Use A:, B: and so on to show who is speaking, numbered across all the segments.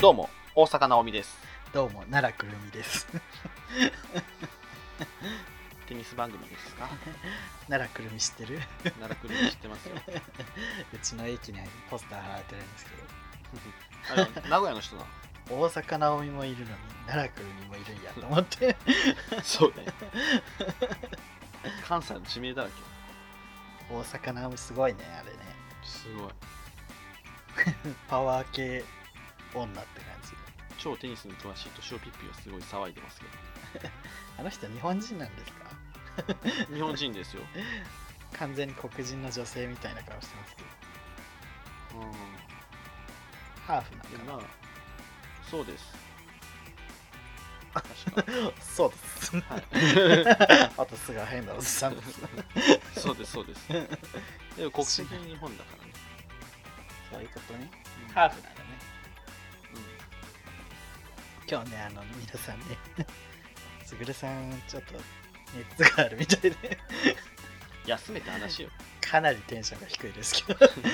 A: どうも、大阪なおみです。
B: どうも奈良くるみです
A: テニス番組です か
B: 奈良くるみ知ってる
A: 奈良くるみ知ってますよ。
B: うちの駅にポスター貼られてるんですけ
A: あれ名古屋の人なの
B: ど大阪なおみもいるのに奈良くるみもいるんやと思って
A: そうね。関西の地名だらけ。
B: 大阪なおみすごいねあれね
A: すごい。
B: パワー系女って感じ
A: 超テニスに詳しいとシオピッピはすごい騒いでますけ
B: あの人日本人なんですか
A: ど。日本人ですよ。
B: 完全に黒人の女性みたいな顔してますけど
A: う。
B: ハーフなんん
A: で
B: か
A: まあ、そうです。
B: な そうです
A: はい。
B: あとすぐ変なおじさんです
A: そうです、そうです。でも国籍日本だ からね。
B: そういうことね
A: うん
B: ハーフなんだね
A: うん
B: 今日ねあの皆さんね すぐるさんちょっと熱があるみたいで
A: 休めって話よ。
B: かなりテンションが低いですけど
A: もう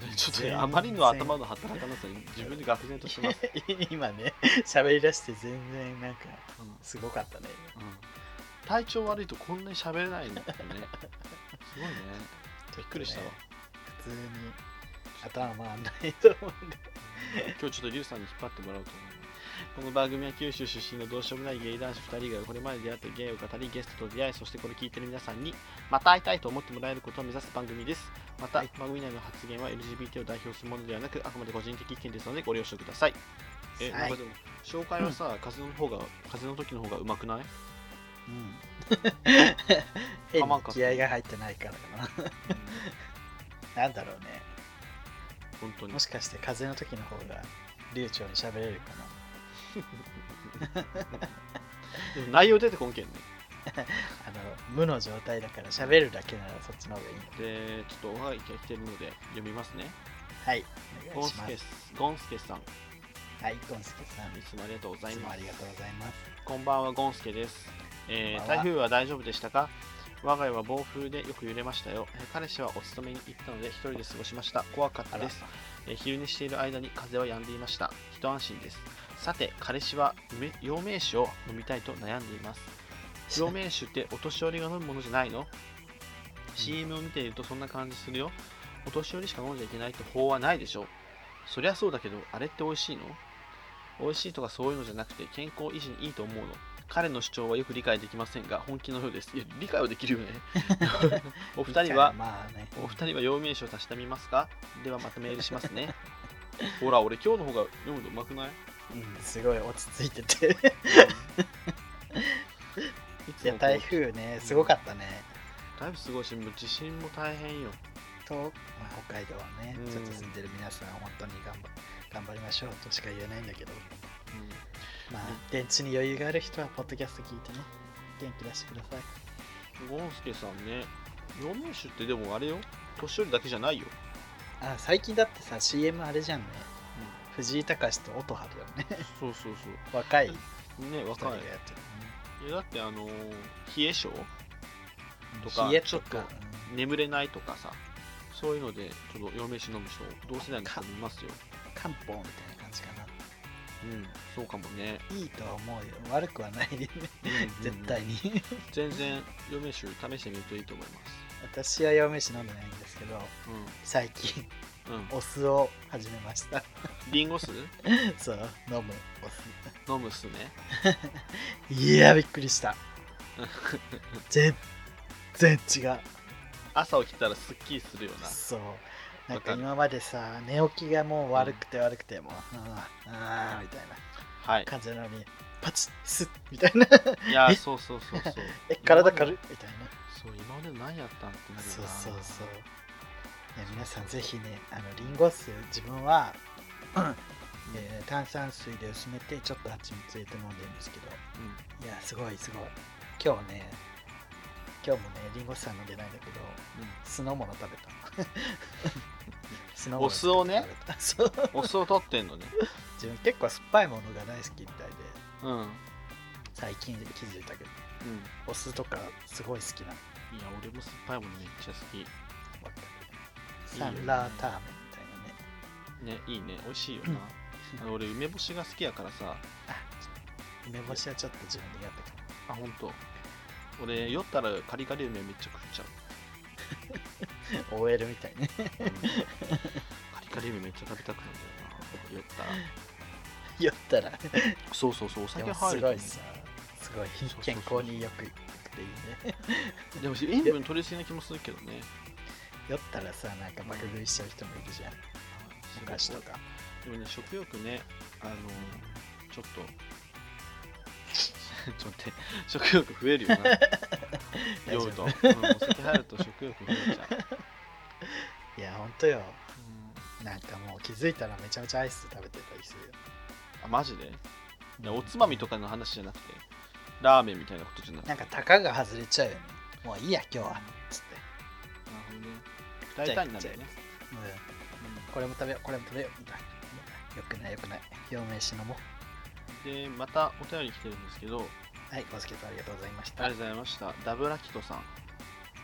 A: ね、 ちょっとね、あまりの頭の働かなさに自分で愕然としてます。
B: 今ね喋り出して全然なんか
A: うん
B: すごかったね
A: うん体調悪いとこんなに喋れないんだよね。すごいね。びっくりしたわ。
B: 普通に頭回んないと思うんで
A: 今日ちょっとリュウさんに引っ張ってもらおうと思います。この番組は九州出身のどうしようもないゲイ男子2人がこれまで出会ったゲイを語りゲストと出会いそしてこれ聞いてる皆さんにまた会いたいと思ってもらえることを目指す番組ですまた、
B: はい
A: 番組内の発言は LGBT を代表するものではなくあくまで個人的意見ですのでご了承くださいえ、
B: はい
A: なんかでも紹介はさ、風の方が風の時の方がうまくない
B: うん変に気合が入ってないからかななんだろうね
A: 本当に
B: もしかして風の時の方が流暢に喋れるか
A: で
B: な
A: も内容出てこんけんね
B: あの無の状態だから喋るだけならそっちの方がいいの
A: でちょっとおはがきが来てるので読みますね
B: はい
A: ゴ
B: お願い
A: ン
B: し
A: ス
B: ま
A: ケ
B: す
A: スゴンスケさんい
B: はいゴンスケさん
A: つもありがとうござい
B: いつも
A: ま
B: あ
A: す
B: りがとうございます。
A: こんばんはゴンスケです、えー
B: こんばん
A: 台
B: は
A: 風は大丈夫でしたか我が家は暴風でよく揺れましたよえー彼氏はお勤めに行ったので一人で過ごしました怖かったですえー昼寝している間に風は止んでいました一安心ですさて彼氏は梅陽明酒を飲みたいと悩んでいます陽明酒ってお年寄りが飲むものじゃないの CM を見ているとそんな感じするよお年寄りしか飲んじゃいけないって法はないでしょそりゃそうだけどあれって美味しいの美味しいとかそういうのじゃなくて健康維持にいいと思うの彼の主張はよく理解できませんが本気のようですいや理解はできるよ ねお
B: お
A: 二人は
B: まあね、
A: お二人は陽明酒を足してみますかではまたメールしますね ほら俺今日の方が読むのうまくない
B: うん、すごい落ち着いて て。
A: いつもこ
B: いや、
A: う
B: 台風ね、すごかったね。
A: だいぶすごいしもう地震も大変よ
B: と、まあ、北海道はね
A: うん、
B: ちょっと住んでる皆さん、本当に頑張頑張りましょうとしか言えないんだけど、まあ、電池に余裕がある人は、ポッドキャスト聞いてね、元気出してください。
A: ゴンスケさんね陽明酒ってでもあれよ年寄りだけじゃないよ、
B: あ、最近だってさ、CM あれじゃんね、藤井隆と音羽だよね、
A: そうそうそ
B: 若い二
A: う ね
B: 人
A: 若
B: がや
A: い
B: ってる、ね。
A: いやだってあのー冷え性とか
B: 冷え
A: ちょ
B: と
A: っと
B: か、
A: 眠れないとかさそういうのでちょっと陽明酒飲む人同世代の人もいますよ
B: 漢方みたいな感じかな。
A: うんそうかもね、
B: いいとは思うよ、悪くはないよね、 絶対に。
A: 全然陽明酒試してみるといいと思います
B: 私は陽明酒飲んでないんですけど最近
A: うんうん
B: お酢を始めました
A: リンゴ酢
B: そう飲むお
A: 飲む酢ね
B: 酢いやびっくりした 全然違う
A: 朝起きたらすっきりするよな
B: そうなん
A: わか
B: か
A: る
B: 今までさ寝起きがもう悪くて悪くてもう、あああーみたいな
A: はい
B: 感じなのにパチッスッみたいな
A: いやーそうそう そうそう
B: え体軽っみたいな
A: そう今まで何やったんってなるよ
B: そう
A: な
B: そうそう。ね、皆さんぜひね、あのリンゴ酢、自分は、 えー炭酸水で薄めて、ちょっと蜂蜜入れて飲んでるんですけど、
A: うん
B: いや、すごいすごい。今日ね、今日もね、リンゴ酢は飲んでないんだけど、酢の物食べた。 酢の物
A: お酢をね
B: 食べた、そう
A: うん、お酢を取ってんの ね
B: 自分結構酸っぱいものが大好きみたいで、
A: うんうん
B: 最近気づいたけど、お酢とかすごい好きなの。
A: いや俺も酸っぱいものめっちゃ好き
B: わかる
A: いいよ
B: サ
A: ね
B: ンラーターメンみたいなね。
A: うねいいね美味しいよなあの俺梅干しが好きやからさ
B: 梅干しはちょっと自分でやったかも
A: あ本当。俺酔ったらカリカリ梅めっちゃ食っち ゃう
B: OL みたいね
A: うん、カリカリ梅めっちゃ食べたくなるんだよな酔ったら
B: 酔ったら
A: そうそうそうお酒
B: でも
A: 入
B: す
A: る
B: ご
A: と
B: いさすごい健康によくいくていいね
A: でも塩分取りすぎな気もするけどね
B: 酔ったらさなんか爆食いしちゃう人もいるじゃん昔とか
A: でもね食欲ねあのちょ っとちょっと待って食欲増えるよな
B: 大
A: 酔
B: 丈
A: うと、う
B: 夫
A: ん、お酒入ると食欲増えちゃう、
B: いやほんとよ
A: うん
B: なんかもう気づいたらめちゃめちゃアイス食べてたりするよ
A: あマジでいやおつまみとかの話じゃなくてラーメンみたいなことじゃなくて
B: なんかたかが外れちゃうよねもういいや今日はつって、
A: なるほどね大胆になるよね、
B: うん、
A: う
B: これも食べようこれも食べようみたいなよくないよくない表明し飲もうん
A: でまたお便り来てるんですけどあり
B: はいバスケットありがとうございまし
A: が
B: た
A: とうございましたダブラキトさん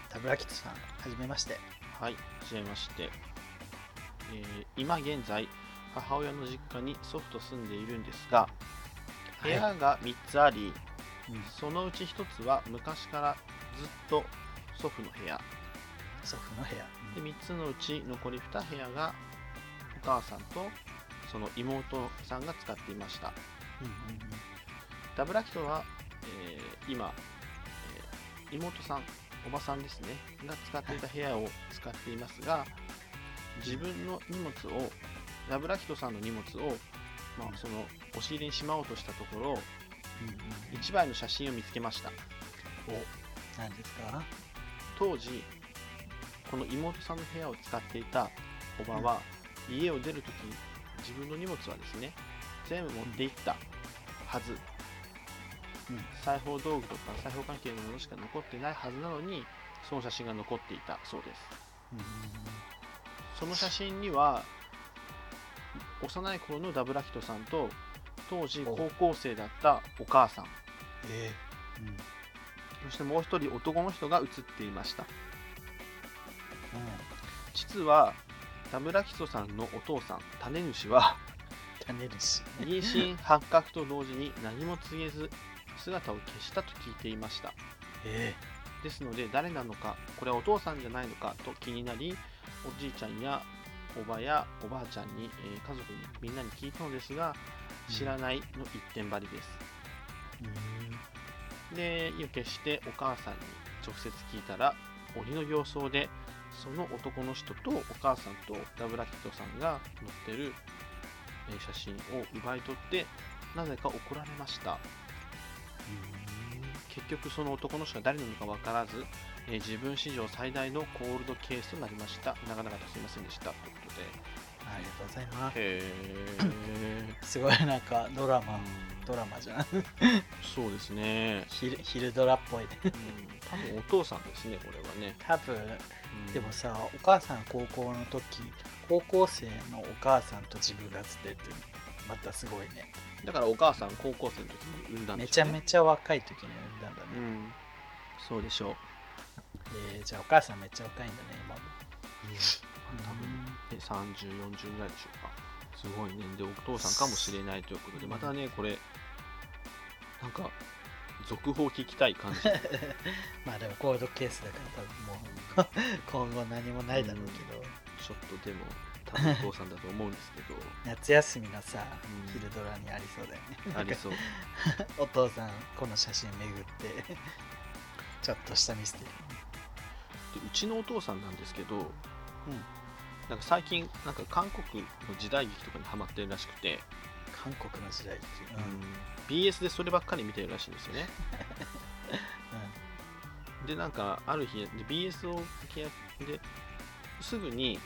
B: 田村キトさんはじめまして
A: はい、はじめまして、えー今現在、母親の実家に祖父と住んでいるんですが、部屋が3つあり、
B: うん
A: そのうち1つは昔からずっと祖父の部屋、
B: 祖父の部屋
A: で3つのうち残り2部屋がお母さんとその妹さんが使っていました。
B: うんうんうん
A: ダブラキトは、えー今、えー妹さん、おばさんですね、が使っていた部屋を使っていますが、自分の荷物を、ダブラキトさんの荷物を、まあ、その押し入れにしまおうとしたところ、1枚の写真を見つけました。
B: 何ですか
A: 当時、この妹さんの部屋を使っていたおばは、家を出るとき、自分の荷物はですね、全部持っていったはず
B: うん
A: 裁縫道具とか裁縫関係のものしか残ってないはずなのにその写真が残っていたそうですその写真には幼い頃のダブラキトさんと当時
B: お
A: 高校生だったお母さん
B: ええうん
A: そしてもう一人男の人が写っていました実はダブラキトさんのお父さん種主は
B: 種主
A: 妊娠発覚と同時に何も告げず姿を消したと聞いていました
B: え
A: ですので誰なのかこれはお父さんじゃないのかと気になりおじいちゃんやおばやおばあちゃんに、えー家族にみんなに聞いたのですが
B: うん
A: 知らないの一点張りです
B: えうん
A: で意を決してお母さんに直接聞いたら鬼の形相でその男の人とお母さんとダブラキットさんが載ってる、えー写真を奪い取ってなぜか怒られました結局その男の人が誰なのか分からず、えー自分史上最大のコールドケースとなりました長々とすいませんでしたということで
B: ありがとうございま
A: へえ
B: すすごいなんかドラマドラマじゃん
A: そうですね、
B: 昼昼ドラっぽいね
A: うん、多分お父さんですねこれはね、
B: 多分
A: うん
B: でもさお母さん高校の時高校生のお母さんと自分がつってるってまたすごいね
A: だからお母さん高校生の時に産んだん
B: め
A: で
B: ち
A: しょ
B: ゃ
A: うね
B: めちゃ若い時に産んだんだね、
A: うんそうでしょう
B: えーじゃあお母さんめっちゃ若いんだね今も
A: 多分で3040ぐらいでしょうかすごいねでお父さんかもしれないということでまたねこれなんか続報聞きたい感じ
B: まあでもコードケースだから多分もう 今後何もないだろうけど、
A: ちょっとでも多分お父さんだと思うんです けど
B: 夏休みのさ、
A: うん
B: 昼ドラにありそうだよね
A: ありそう
B: お父さんこの写真巡って ちょっとしたミステリ
A: でうちのお父さんなんですけど、
B: うん
A: なんか最近なんか韓国の時代劇とかにハマってるらしくて、
B: ー韓国の時代劇うん、うん
A: BS でそればっかり見てるらしいんですよねでなんかある日で BS を契約ですぐに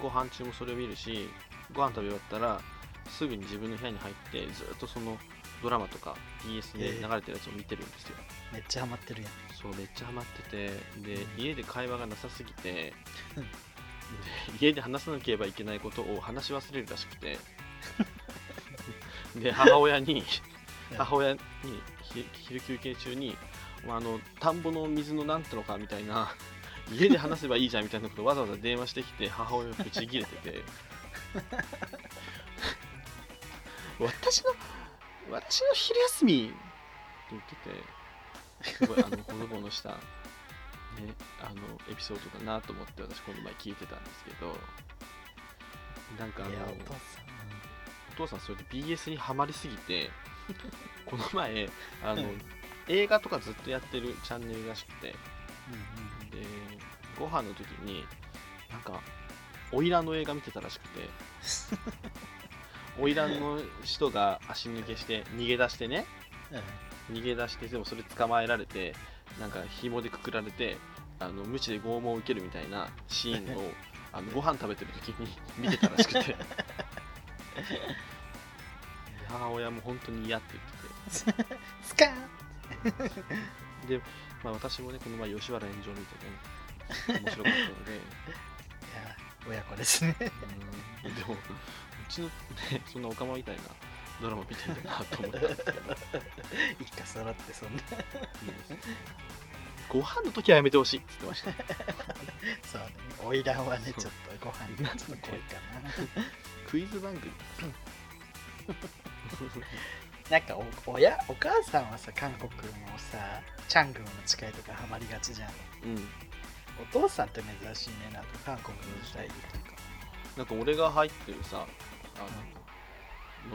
A: ご飯中もそれを見るしご飯食べ終わったらすぐに自分の部屋に入ってずっとそのドラマとか BS で流れてるやつを見てるんですよ、
B: めっちゃハマってるやん
A: そうめっちゃハマっててで
B: うん
A: 家で会話がなさすぎて
B: うん
A: で家で話さなければいけないことを話し忘れるらしくてで母親 に
B: うん
A: 母親にひ昼休憩中に「まああの田んぼの水のなんてのか」みたい な家で話せばいいじゃんみたいなことをわざわざ電話してきて母親がブチ切れてて私の私の昼休みって言っててすごいあのほのぼのした、ね、あのエピソードだなと思って私この前聞いてたんですけどなんかあの
B: いやお父さん
A: お父さんそれで BS にはまりすぎてこの前あの、
B: うん
A: 映画とかずっとやってるチャンネルらしくて
B: うんうん
A: でご飯の時になんか花魁の映画見てたらしくて花魁の人が足抜けして逃げ出してね
B: うん
A: 逃げ出してでもそれ捕まえられてなんか紐でくくられてあの無知で拷問を受けるみたいなシーンをあのご飯食べてる時に見てたらしくて母親も本当に嫌って言ってて
B: スカーン
A: で、まあ、私もねこの前吉原炎上見てね面白かったので、
B: いや親子ですね
A: うん、でもうちのねそんなオカマみたいなドラマ見てるなと思ったんですけど、うん
B: 一家揃ってそんな
A: ご飯の時はやめてほしいって言ってました
B: そうね花魁はねちょっとご飯に
A: なんかね
B: ちょっと濃いかな
A: クイズ番組
B: なんかお親お母さんはさ韓国もさチャングムの誓いとかハマりがちじゃん
A: うん
B: お父さんって珍しいねなんか韓国の時代とか
A: なんか俺が入ってるさあの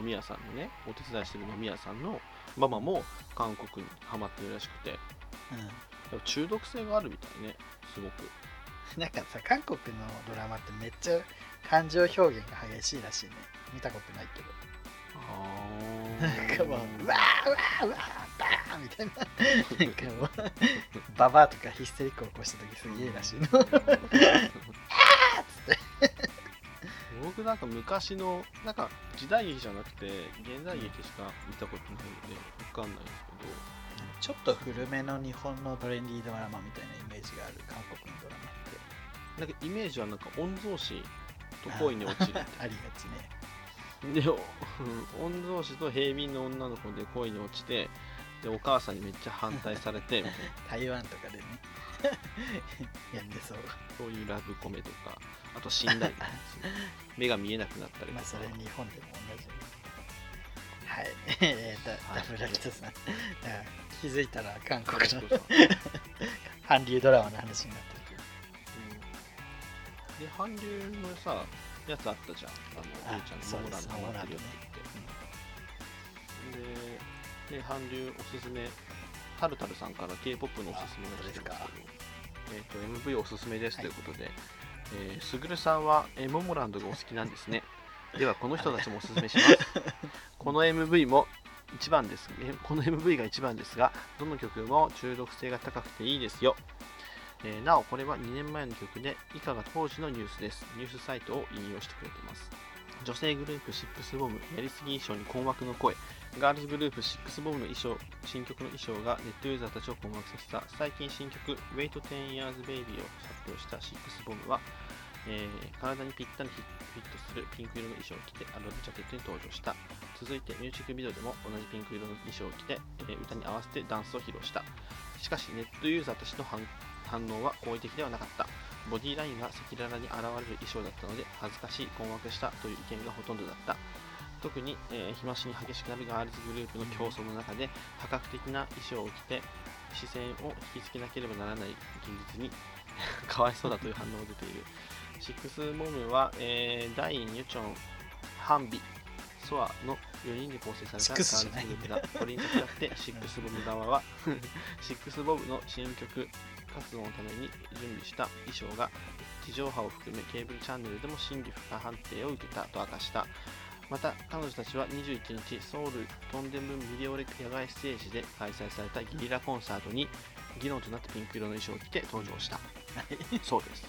A: 飲み屋さんのねお手伝いしてる飲み屋さんのママも韓国にハマってるらしくて
B: う
A: でも中毒性があるみたいねすごく
B: ん なんかさ韓国のドラマってめっちゃ感情表現が激しいらしいね見たことないけどなんかもううわーうわーうわーバーンみた いななんかもうババアとかヒステリック起こした時すげえらしいの
A: 僕なんか昔のなんか時代劇じゃなくて現代劇しか見たことないので分かんないんですけど
B: ちょっと古めの日本のトレンディードラマみたいなイメージがある韓国のドラマって
A: なんかイメージはなんか御曹司と恋に落 ちる
B: ありがちね
A: でおうん御曹司と平民の女の子で恋に落ちてでお母さんにめっちゃ反対され てみたいな
B: 台湾とかでねやってそう
A: そういうラブコメとかあと信頼感ですね目が見えなくなったりと
B: まあ
A: か
B: それ日本でも同じはいえーと
A: はい
B: ダブルラキトさん、うん気づいたら韓国の
A: そうそう
B: 韓流ドラマの話になってるけど
A: うんで韓流のさやつあったじゃんあの
B: あ
A: ゆうちゃん
B: そう
A: のモー
B: で
A: ラン
B: す
A: ドハマってるよって言って、でで韓流おすすめタルタルさんから k p o p のおすすめが来てるんですけど
B: あ本
A: えー、と MV おすすめです
B: は
A: と
B: い
A: いうことで、えーすぐるさんは、えーモモランドがお好きなんです ねではこの人たちもおすすめしますこの MV も一番ですえーこの MV が一番ですがどの曲も中毒性が高くていいですよえーなおこれは2年前の曲で以下が当時のニュースですニュースサイトを引用してくれています女性グループシップスボムやりすぎ衣装に困惑の声ガールズグループシックスボムの衣装新曲の衣装がネットユーザーたちを困惑させた最近新曲 Wait 10 Years Baby を発表したシックスボムは、えー体にぴったりフィットするピンク色の衣装を着てアルバムジャケットに登場した続いてミュージックビデオでも同じピンク色の衣装を着て、えー歌に合わせてダンスを披露したしかしネットユーザーたちの反反応は好意的ではなかったボディラインが赤裸々に現れる衣装だったので恥ずかしい困惑したという意見がほとんどだった特に、えー日増しに激しくなるガールズグループの競争の中で破格的な衣装を着て視線を引きつけなければならない現実に かわいそうだという反応が出ているシックスモムは、えー、ダイン、ニュチョン、ハンビ、ソアの4人で構成された
B: シッ
A: ガ
B: クスじ
A: ー
B: ゃな
A: ル
B: い
A: ズ
B: ん
A: グ
B: だ
A: ループだ。これに先立って、シックスボム側は、 シックスボムの新曲活動のために準備した衣装が地上波を含めケーブルチャンネルでも審議不可判定を受けたと明かした。また彼女たちは21日ソウルトンデムビデオレク野外ステージで開催されたゲリラコンサートに議論となってピンク色の衣装を着て登場したそうです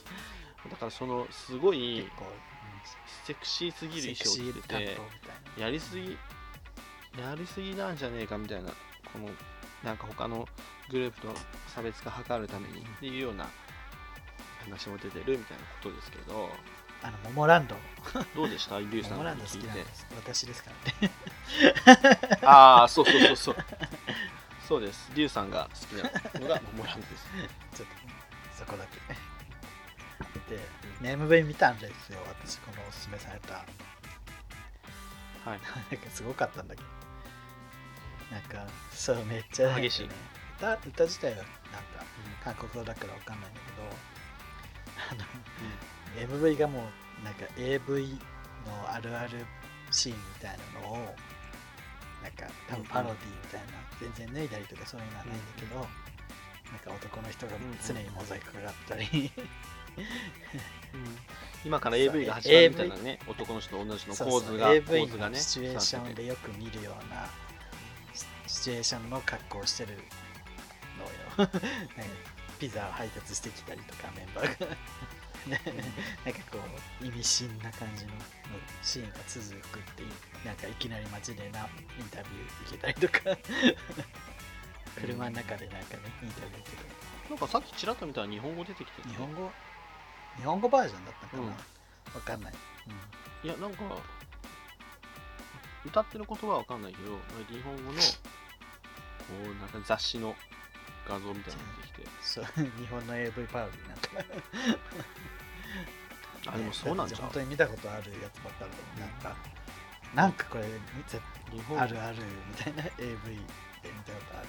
A: だからそのすごい
B: 結構、
A: セクシーす
B: う
A: ぎ
B: ん、
A: る
B: セ
A: 衣装
B: クシ
A: を
B: ー
A: 着て
B: 担当み
A: て
B: たいな
A: やりすぎやりすぎなんじゃねえかみたいなこのなんか他のグループと差別化図るためにっていうような話も出てるみたいなことですけど
B: あのモモランド
A: どうでしたリュウさ
B: モ
A: ん
B: モランド好き
A: 聞い
B: なん
A: て
B: です私ですから ね
A: ああそうそうそうそうそうですリュウさんが好きなのがモモランドです
B: ちょっとそこだけて、MV 見たんですよ私このおすすめされた
A: はい
B: なんかすごかったんだけどなんかそうめっちゃなんかね
A: 激しい
B: 歌歌自体はなんか韓国語だからわかんないんだけどあの、MV がもうなんか AV のあるあるシーンみたいなのをなんか多分パロディみたいな、全然脱いだりとかそういうのはないんだけど、なんか男の人が常にモザイクかかったり、
A: 今から
B: そう
A: AV が始まるみたいなね、男の人と女の人の
B: そう
A: 構
B: そう
A: 図が、
B: AV
A: 構図が
B: の
A: ね、
B: シチュエーション
A: 伝
B: でよく見るようなシシチュエーションの格好をしてるのよ。 ねピザを配達してきたりとかメンバーが。 ねなんかこう意味深な感じのシーンが続くっていうなんかいきなり街でなインタビュー受けたりとか 車の中でなんかねインタビュー受けたり
A: わっててなんかさっきちらっと見たら日本語出てきてるね
B: 日本語日本語バージョンだったかな、
A: うん
B: わかんない、うん
A: いや、なんか、歌ってる言葉はわかんないけど、日本語の、こう、なんか雑誌の画像みたいなのが出てきて、
B: そう日本の AV パロディなんか
A: あ、でもそうなんじゃん
B: 本。当に見たことあるやつばっかりだもんなんかなんかこれ見て
A: 日本
B: あるあるみたいな AV で見たことある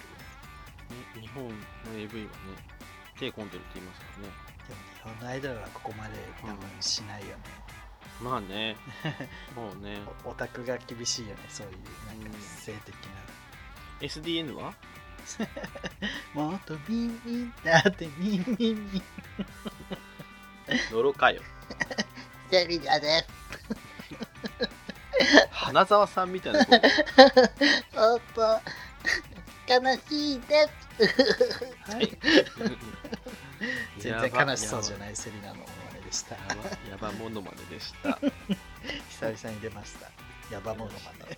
A: ね日本の AV はね、手込んでるって言いますからね。
B: でも日本のアイドルはここまで多分しないよね、
A: まあ ね、もうね、
B: おオタクが厳しいよねそういうなん
A: う
B: か
A: ん
B: 性的
A: SDN は
B: な、もっとミンミンだってミンミンミン
A: のろかよ。
B: セリアです
A: 花澤さんみたいな声。
B: おっと悲しいですはい 全然悲しそうじゃないセリナのものまねでした
A: やばやばものまでで した。
B: 久々に出ましたヤバ ものまね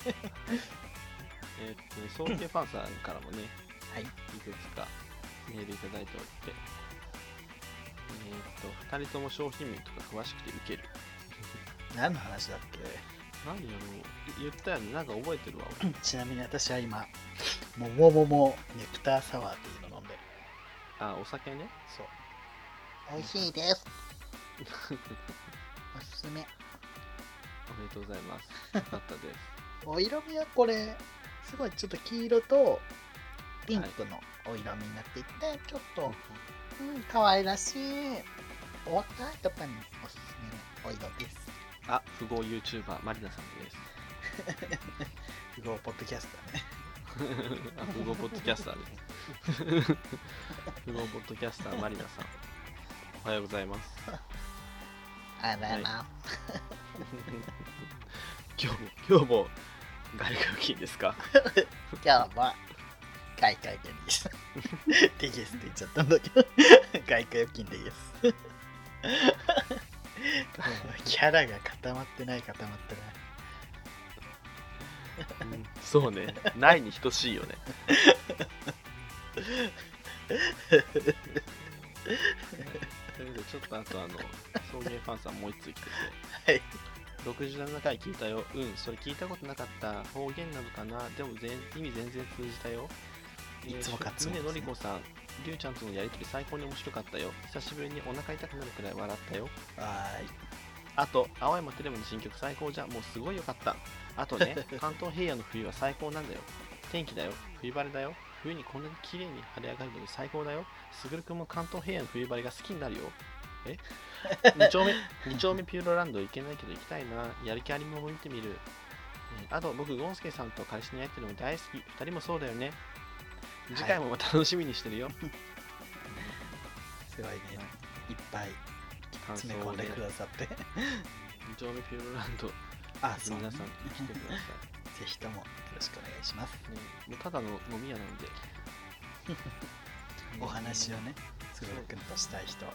A: えっとね、ソウル系ファンさんからもね、
B: はい
A: いくつかメールいただいておって、えっと、2人とも商品名とか詳しくてウケる。
B: 何の話だっ
A: 何やろう、言ったよね、なんか覚えてる わ。
B: け ちなみに私は今ももももネクターサワーっていうの飲んでる
A: あ、お酒ね。
B: そう美味しいです おすすめ
A: おめでとうございます。よかった です。
B: お色味はこれすごいちょっと黄色とピンクのお色味になっていて、ちょっと、うん、可愛らしいお若い方におすすめのお色です
A: あ、富豪 YouTuber、マリナさんです。
B: 不合ポッドキャスターね
A: あ、富豪ポッドキャスターです。富豪ポッドキャスター、マリナさん。おはようございます。
B: あらら、
A: 今日も、今日も、外貨金ですか
B: 今日も外貨預金です。 テキスって言っちゃったんだけど、外貨預金でです。もうキャラが固まってない固まってない。
A: そうね、ないに等しいよね。ということで、ちょっとあと、あの、送迎ファンさんもう一通来てて、
B: はい
A: 67回聞いたよ、うん、それ聞いたことなかった、方言なのかな、でも全意味全然通じたよ。
B: いつもか
A: えー
B: つもですね
A: 宗典子さん、りゅうちゃんとのやりとり最高に面白かったよ。久しぶりにお腹痛くなるくらい笑ったよ。
B: は
A: あと、青山テレビの新曲最高じゃん、もうすごいよかった。あと ね、関東平野の冬は最高なんだよ。天気だよ、冬晴れだよ。冬にこんなに綺麗に晴れ上がるのに最高だよ。すぐるくんも関東平野の冬晴れが好きになるよ。え ?2 丁 目、二丁目ピューロランド行けないけど行きたいな。やる気ありも見てみる。えーあと、僕、ゴンスケさんと彼氏に会ってるのも大好き。2人もそうだよね。次回も楽しみにしてるよ。
B: い。すごいね。いっぱい
A: 感想
B: 詰め込んで
A: で
B: くださって。
A: 2丁目ピューロランド、
B: あ、そう。
A: 皆
B: 皆
A: さ
B: さ
A: ん
B: ん。ぜ
A: 来てください。
B: ひともよろしくお願いします。
A: ね、もうただの飲み屋な ので
B: お話をね、つぐるくんとしたい人。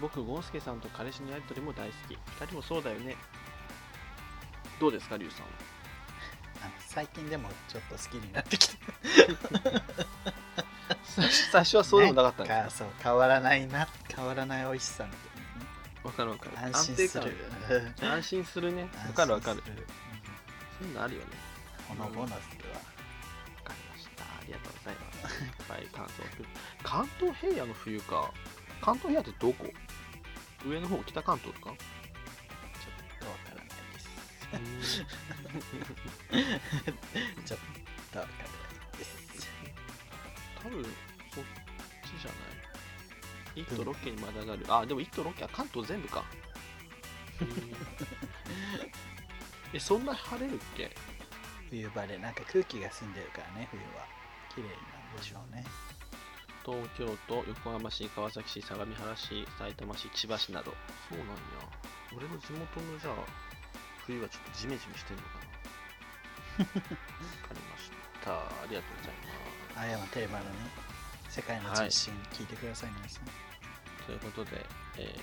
A: 僕ゴンスケさんと彼氏のやり取りも大好き二人もそうだよねどうですかリュウさん
B: あの最近でもちょっと好きになってきて。
A: 最初最初はそうでもなかったん
B: な
A: で
B: んかそう、変わらないな。変わらない美味しさみたいなね。
A: すわかるわかる
B: 安心する
A: 安。定感安心するねわかるわかるそういうのあるよね
B: このボーナスでは、
A: わかりましたありがとうございます いっぱい感想を送る関東平野の冬か関東平野ってどこ上の方北関東と か
B: どうわからないです。
A: うん
B: ちょっとわからないです。
A: 多分そっちじゃない1都6県にまたがる、あでも1都6県は関東全部 かえそんな晴れるっけ
B: 冬晴れ、なんか空気が澄んでるからね、冬は。綺麗なんでしょうね。
A: 東京都横浜市川崎市相模原市埼玉市千葉市などそうなんや俺の地元のじゃあ冬はちょっとジメジメしてんのか なわかりましたありがとうございます
B: 青山テーマのね、世界の中心、聞いてください、皆さん。
A: ということで、え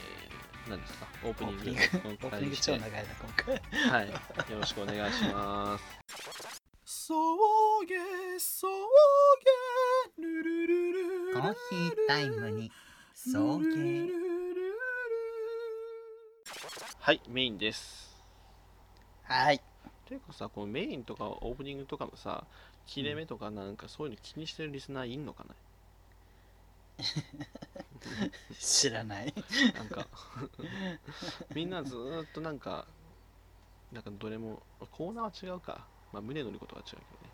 A: ー、何ですかオープ
B: オ
A: ニ
B: ー
A: ン
B: プ
A: グ
B: ニング、
A: 今
B: オープ
A: 回
B: ニン
A: に
B: グ
A: して
B: 超長いな、今回。
A: はい、よろしくお願いします。
C: そうげそうげルルルル
D: コーヒータイムに送迎
A: はい、メインです。
B: はい。
A: ていうかさ、このメインとかオープニングとかもさ、切れ目とかなんかそういうの気にしてるリスナーいんのかな
B: 知らない。
A: なんか みんなずーっとなんかなんかどれもコーナーは違うか、まあ、胸乗ることは違うけどね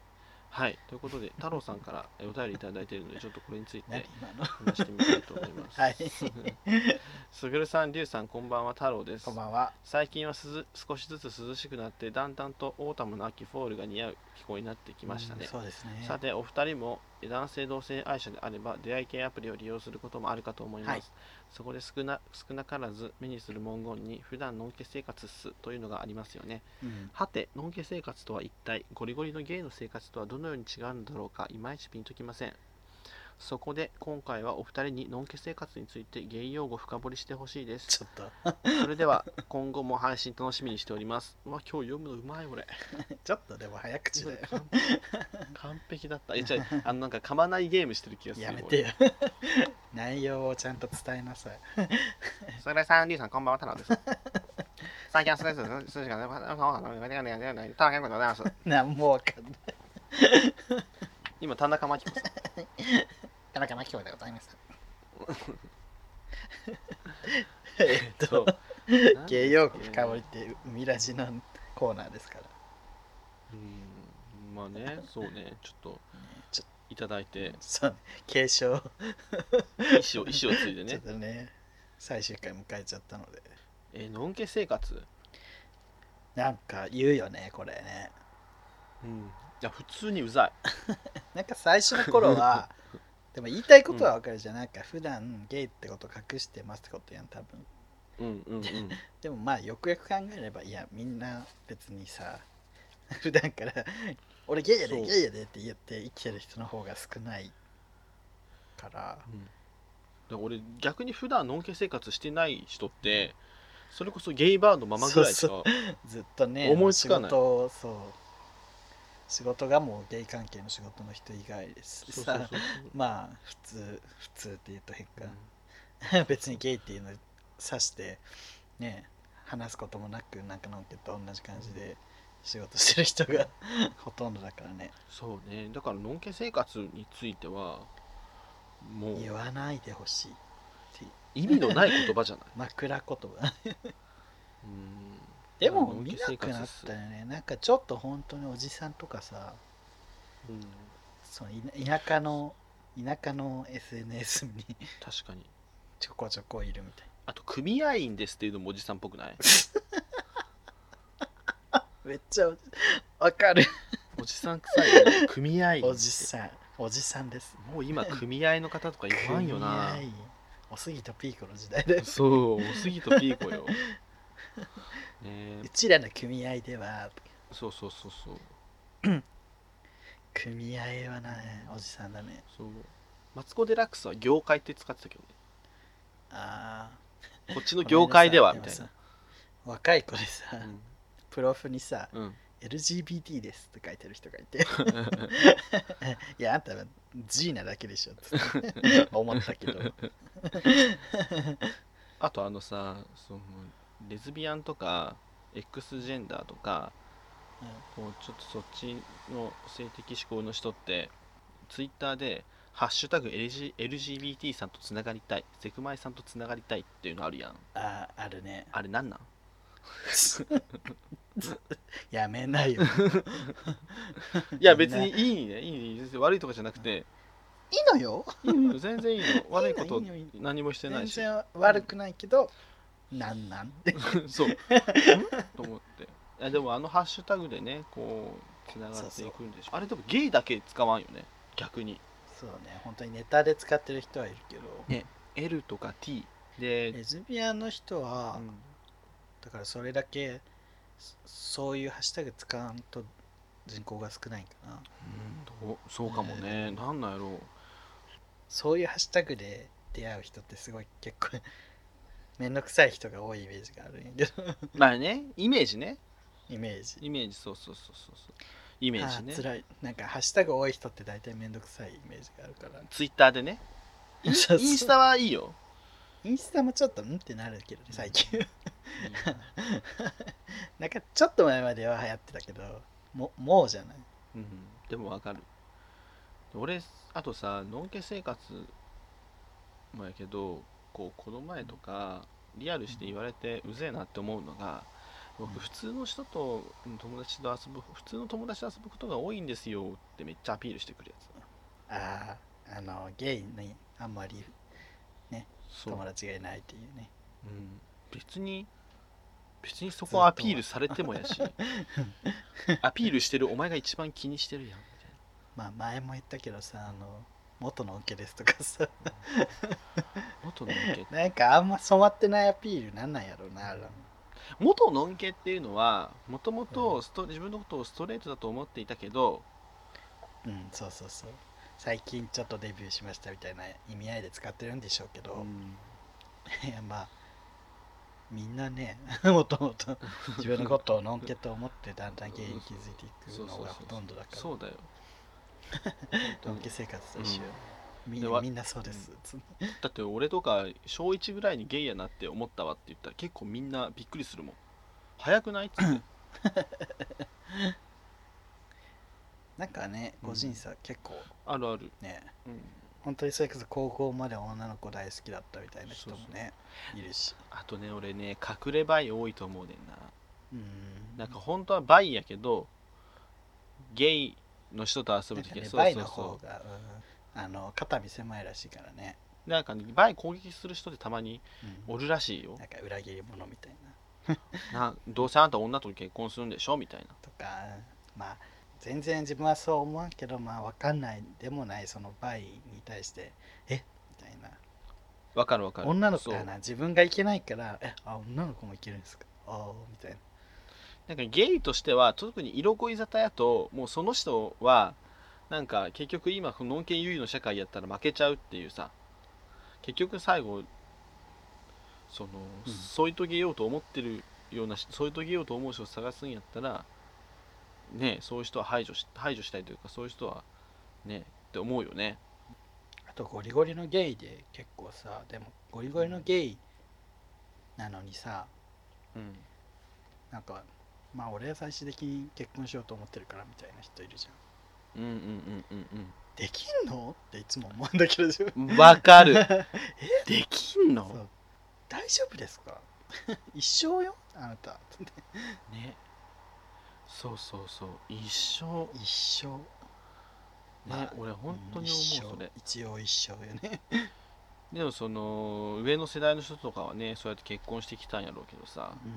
A: はいということで太郎さんからえお便りいただいているのでちょっとこれについ
B: 何
A: て
B: 今の。
A: 話してみたいと思います
B: はい。
A: すぐるさんりゅうさんこんばんは太郎です
B: こんばんは。
A: 最近は涼少しずつ涼しくなってだんだんとオータムの秋フォールが似合う気候になってきました
B: う
A: ね
B: んそうですね。
A: さてお二人も男性同性愛者であれば出会い系アプリを利用することもあるかと思います、
B: はい
A: そこで少な少なからず目にする文言に普段のんけ生活っすというのがありますよね
B: うん
A: はてのんけ生活とは一体ゴリゴリのゲイの生活とはどのように違うのだろうかいまいちピンときませんそこで今回はお二人にのんけ生活についてゲイ用語深掘りしてほしいです
B: ちょっと、
A: それでは今後も配信楽しみにしております。うわ、今日読むのうまい俺。
B: ちょっとでも早口だよ。
A: 完完璧だった。え、じゃあ、の、なんか噛まないゲームしてる気がする。
B: や めてよ。内容をちゃんと伝えなさい。
A: 俺。それさん、りゅうさん、こんばんは、太郎です。最近は少しずつ、数時間で、太郎さん、お願いします田中真紀子でございます。
B: なんもわかんない。
A: 今、田中真紀子さん。
B: 田中真紀子でございます。えっと、芸用語深掘りって海ラジのコーナーですから。
A: うん。まあね、そうね、ちょっと
B: ちょ
A: いただいて、
B: そう、継
A: 意
B: 承、
A: 思を、意思を継いで
B: ちょ
A: ね。
B: っとね、最終回迎えちゃったので。
A: え、のんけ生活。
B: なんか言うよね、これね。
A: うん。いや、普通にうざい。
B: なんか最初の頃 は、でも言いたいことはわかるじゃん。なんか普段ゲイってこと隠してますってことやん、多分。
A: うん、うん、うん。
B: でもまあよくよく考えればいやみんな別にさ 普段から「俺ゲイやで
A: そう
B: ゲイやで」って言って生きてる人の方が少ないから
A: で俺逆に普段のんけ生活してない人ってそれこそゲイバーのままぐらいしか
B: そずっとね
A: 思いつかない
B: 仕事をそう仕事がもうゲイ関係の仕事の人以外ですし
A: そう
B: さ
A: そうそう
B: まあ普通普通って言うと変
A: う
B: か
A: ん、
B: 別にゲイっていうの指してね話すこともなくなんかのんけと同じ感じで仕事してる人がほとんどだからね
A: そうねだからのんけ生活についてはもう
B: 言わないでほしい
A: 意味のない言葉じゃない
B: 枕言葉
A: うん
B: で
A: まあ
B: も
A: のん
B: 見
A: け
B: な
A: 生
B: く
A: 活
B: なっ
A: す
B: たよねなんかちょっと本当におじさんとかさ
A: うん、
B: そのいな田舎の田舎の SNS に
A: 確かに
B: ちょこちょこいるみたい
A: あと組合員ですっていうのもおじさんっぽくない
B: めっちゃおじわかる
A: おじさん臭いよね組合員って
B: おじさんおじさんです
A: もう今組合の方とか言わんよな
B: 組合員おすぎとピーコの時 代で
A: そうおすぎとピーコよねえ
B: うちらの組合では
A: そうそうそうそう
B: 組合はなおじさんだね
A: そうマツコ・デラックスは業界って使ってたけどね
B: ああ
A: こっちの業界ではみたいな
B: 若い子でさ、プロフにさ、
A: うん、うん
B: LGBT ですって書いてる人がいて いやあんたは G なだけ でしょつって思ったけど
A: あとあのさそのレズビアンとか X ジェンダーとか、こうちょっとそっちの性的指向の人ってツイッターで「ハッシュタグ LG LGBT さんとつながりたい、セクマイさんとつながりたいっていうのあるやん。
B: あーある ね
A: あれなんなん
B: やめないよ
A: いや別
B: ね
A: に
B: いい
A: いいね、いいね、全然悪いとかじゃなくて、
B: のよ
A: いいのよ全然いいの。悪いこ
B: い
A: と
B: いのいいの
A: 何もしてな
B: 全
A: いし。
B: 然悪くないけど、なんなんって
A: そう。んと思って。いやでもあのハッシュタグでね、こう、つながっていくんでしょ。あれでもゲイだけ使わんよね、逆に。
B: そうね本当にネタで使ってる人はいるけど、
A: ね L とか T で、
B: レズビアンの人は、
A: うん
B: だからそれだけそそういうハッシュタグ使わんと人口が少ないんかな
A: うんどうそうかもね、なんなんやろう。
B: そういうハッシュタグで出会う人ってすごい結構 めんどくさい人が多いイメージがあるんやけ ど
A: まあね、イメージね。
B: イメージ
A: イメージ、そうそうそうそうそう。イメージ
B: あ
A: ね
B: ー。辛いなんかハッシュタグ多い人って大体めんどくさいイメージがあるから
A: ツイッターでね。イン
B: そうそう
A: インスタはいい よ。
B: インスタもちょっとんってなるけどね最近なんかちょっと前までは流行ってたけどももうじゃない
A: うん、でもわかる。俺、あとさ、のんけ生活もやけど、こう、この前とか、リアルして言われてうぜえなって思うのが、僕、普通の人とうん友達と遊ぶ、普通の友達と遊ぶことが多いんですよってめっちゃアピールしてくるや
B: あああのゲイにあんまり
A: つ。そう
B: 友。達がいないっていうね
A: うん、別に別にそこはアピールされてもや しアピールしてるお前が一番気にしてるやんみ
B: まあ前も言ったけどさあの元のオケですとかさ
A: たいな元のんけ
B: なんかあんま染まってないアピールなんなんやろうな、あれは
A: 元のんけっていうのはもともとスト自分のことをストレートだと思っていたけど
B: うんそうそうそう最近ちょっとデビューしましたみたいな意味合いで使ってるんでしょうけど、いや まあみんなね もともと自分のことをのんけと思ってだんだんゲイに気づいていくのがほとんどだから
A: そうだよ
B: のんけ生活と一緒、み
A: でわ
B: みんなそうです、
A: だって俺とか小1ぐらいにゲイやなって思ったわって言ったら結構みんなびっくりするもん早くない っつって
B: なんかね
A: うん
B: 個人差結構
A: あるある、
B: ね、
A: うん
B: 本当にそれこそ高校まで女の子大好きだったみたいな人もねいるし
A: あとね俺ね隠れバイ多いと思うねんな
B: うん
A: なんか本当はバイやけどゲイの人と遊ぶ
B: なん
A: 時
B: か
A: は、
B: ね、
A: そう
B: バイ
A: そう
B: の方
A: そ
B: が、うんあの肩身狭いらしいからね、
A: うなんか、ね、バイ攻撃する人ってたまに
B: うん
A: おるらしいよ
B: なんか裏切り者みたいな
A: などうせあんた女と結婚するんでしょみたいな
B: とかまあ全然自分はそう思わんけどまあ分かんないでもないそのバイに対してえみたいな
A: わかるわかる
B: 女の子
A: そう
B: かな自分がいけないからえあ女の子もいけるんですかああみたいな
A: なんかゲイとしては特に色恋沙汰やともうその人はなんか結局今このノンケ優位の社会やったら負けちゃうっていうさ結局最後その、
B: うん
A: 添い遂げようと思ってるような添い遂げようと思う人を探すんやったらねそういう人は排除し排除したいというかそういう人はねって思うよね
B: あとゴリゴリのゲイで結構さでもゴリゴリのゲイなのにさ
A: うん
B: なんかまあ俺は最終的に結婚しようと思ってるからみたいな人いるじゃん
A: うんうんうん
B: できんのっていつも思うんだけど自分
A: うんうんわか るできん
B: そ
A: の
B: う大丈夫ですか 一生よあなた
A: ねそうそうそう一生
B: 一生
A: ね
B: まあ、
A: 俺本当に
B: 一
A: 思うそれ
B: 生一応一生よね
A: でもその上の世代の人とかはねそうやって結婚してきたんやろうけどさ
B: う